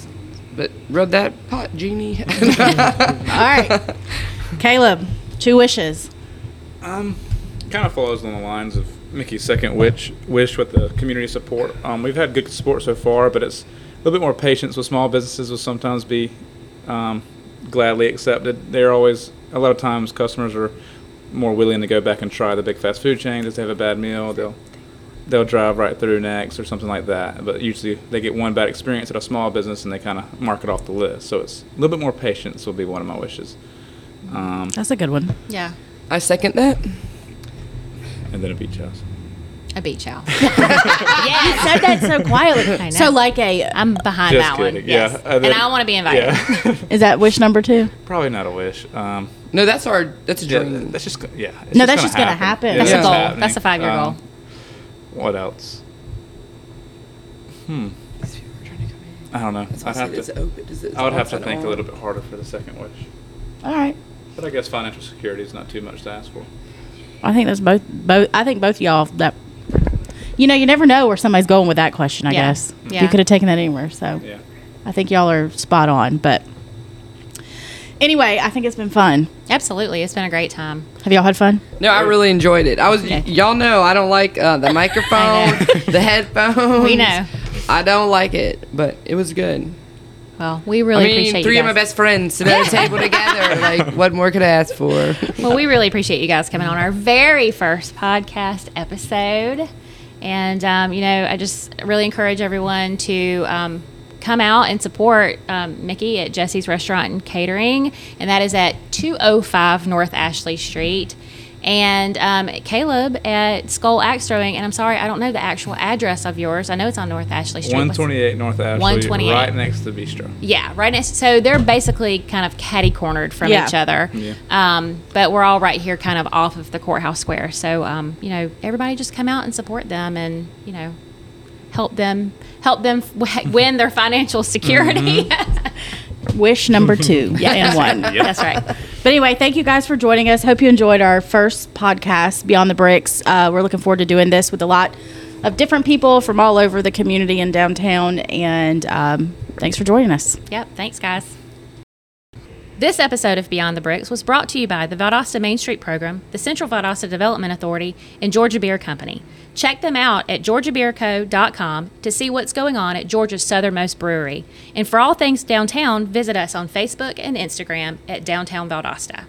[SPEAKER 3] but rub that pot, genie.
[SPEAKER 2] All right. Caleb, two wishes.
[SPEAKER 4] kind of Um, follows along the lines of Mickey's second wish, wish with the community support. Um, we've had good support so far, but it's a little bit more patience with small businesses will sometimes be um, gladly accepted. They're always a lot of times customers are more willing to go back and try the big fast food chain. If they have a bad meal, they'll they'll drive right through next or something like that. But usually they get one bad experience at a small business and they kind of mark it off the list. So it's a little bit more patience will be one of my wishes. Um,
[SPEAKER 2] That's a good one.
[SPEAKER 1] Yeah.
[SPEAKER 3] (laughs) I second that.
[SPEAKER 4] and then a beach house.
[SPEAKER 1] A
[SPEAKER 5] (laughs)
[SPEAKER 1] beach house.
[SPEAKER 2] Said that so quietly.
[SPEAKER 1] know.
[SPEAKER 2] so like a
[SPEAKER 1] I'm behind
[SPEAKER 4] Just
[SPEAKER 1] that
[SPEAKER 4] kidding.
[SPEAKER 1] one.
[SPEAKER 4] Yeah.
[SPEAKER 1] Yes.
[SPEAKER 4] Uh,
[SPEAKER 1] and
[SPEAKER 4] then-
[SPEAKER 1] I want to be invited.
[SPEAKER 4] Yeah. (laughs)
[SPEAKER 2] is that wish number two?
[SPEAKER 4] Probably not a wish. Um,
[SPEAKER 3] No, that's our. That's a
[SPEAKER 4] yeah,
[SPEAKER 3] dream.
[SPEAKER 4] that's just go- yeah. it's
[SPEAKER 2] No, that's just gonna happen. That's
[SPEAKER 1] a
[SPEAKER 4] it's
[SPEAKER 1] goal.
[SPEAKER 4] happening. Um,
[SPEAKER 1] That's a five-year goal.
[SPEAKER 4] What else? Hmm. I don't know. I'd have to. I would have to think a little bit harder for the second wish.
[SPEAKER 2] All right.
[SPEAKER 4] But I guess financial security is not too much to ask for.
[SPEAKER 2] I think that's both both I think both y'all that you know, you never know where somebody's going with that question, I
[SPEAKER 1] Yeah.
[SPEAKER 2] guess.
[SPEAKER 1] Yeah.
[SPEAKER 2] You could have taken that anywhere, so
[SPEAKER 4] Yeah.
[SPEAKER 2] I think y'all are spot on, but anyway, I think it's been fun.
[SPEAKER 1] (laughs) Absolutely. It's been a great time.
[SPEAKER 2] Have y'all had fun?
[SPEAKER 3] No, I really enjoyed it. I was.
[SPEAKER 1] Okay.
[SPEAKER 3] Y- y'all know I don't like
[SPEAKER 1] (laughs)
[SPEAKER 3] uh, the microphone, the headphones.
[SPEAKER 1] We know.
[SPEAKER 3] I don't like it, but it was good.
[SPEAKER 1] Well, we really
[SPEAKER 3] I mean,
[SPEAKER 1] appreciate
[SPEAKER 3] three
[SPEAKER 1] you
[SPEAKER 3] of my
[SPEAKER 1] guys.
[SPEAKER 3] best friends sitting at
[SPEAKER 1] (laughs)
[SPEAKER 3] a table together. Like, what more could I ask for?
[SPEAKER 1] Well, we really appreciate you guys coming on our very first podcast episode. And, um, you know, I just really encourage everyone to um, come out and support um, Mickey at Jesse's Restaurant and Catering. And that is at 205 North Ashley Street. And um, Caleb at Skull Axe Throwing. And I'm sorry, I don't know the actual address of yours. I know it's on North Ashley Street. What's-
[SPEAKER 4] 128 North Ashley,
[SPEAKER 1] 128.
[SPEAKER 4] right next to the bistro.
[SPEAKER 1] yeah, right next. So they're basically kind of catty cornered from
[SPEAKER 2] Yeah.
[SPEAKER 1] each other.
[SPEAKER 4] Yeah.
[SPEAKER 1] Um, but we're all right here, kind of off of the courthouse square. So um, you know, everybody just come out and support them, and you know, help them help them (laughs) f- win their financial security.
[SPEAKER 2] Wish number two and
[SPEAKER 1] (laughs)
[SPEAKER 2] one.
[SPEAKER 1] That's right.
[SPEAKER 2] But anyway, thank you guys for joining us. Hope you enjoyed our first podcast, Beyond the Bricks. Uh, we're looking forward to doing this with a lot of different people from all over the community and downtown. And um, thanks for joining us.
[SPEAKER 1] Yep. Thanks, guys. This episode of Beyond the Bricks was brought to you by the Valdosta Main Street Program, the Central Valdosta Development Authority, and Georgia Beer Company. Check them out at georgiabeerco.com to see what's going on at Georgia's southernmost brewery. And for all things downtown, visit us on Facebook and Instagram at Downtown Valdosta.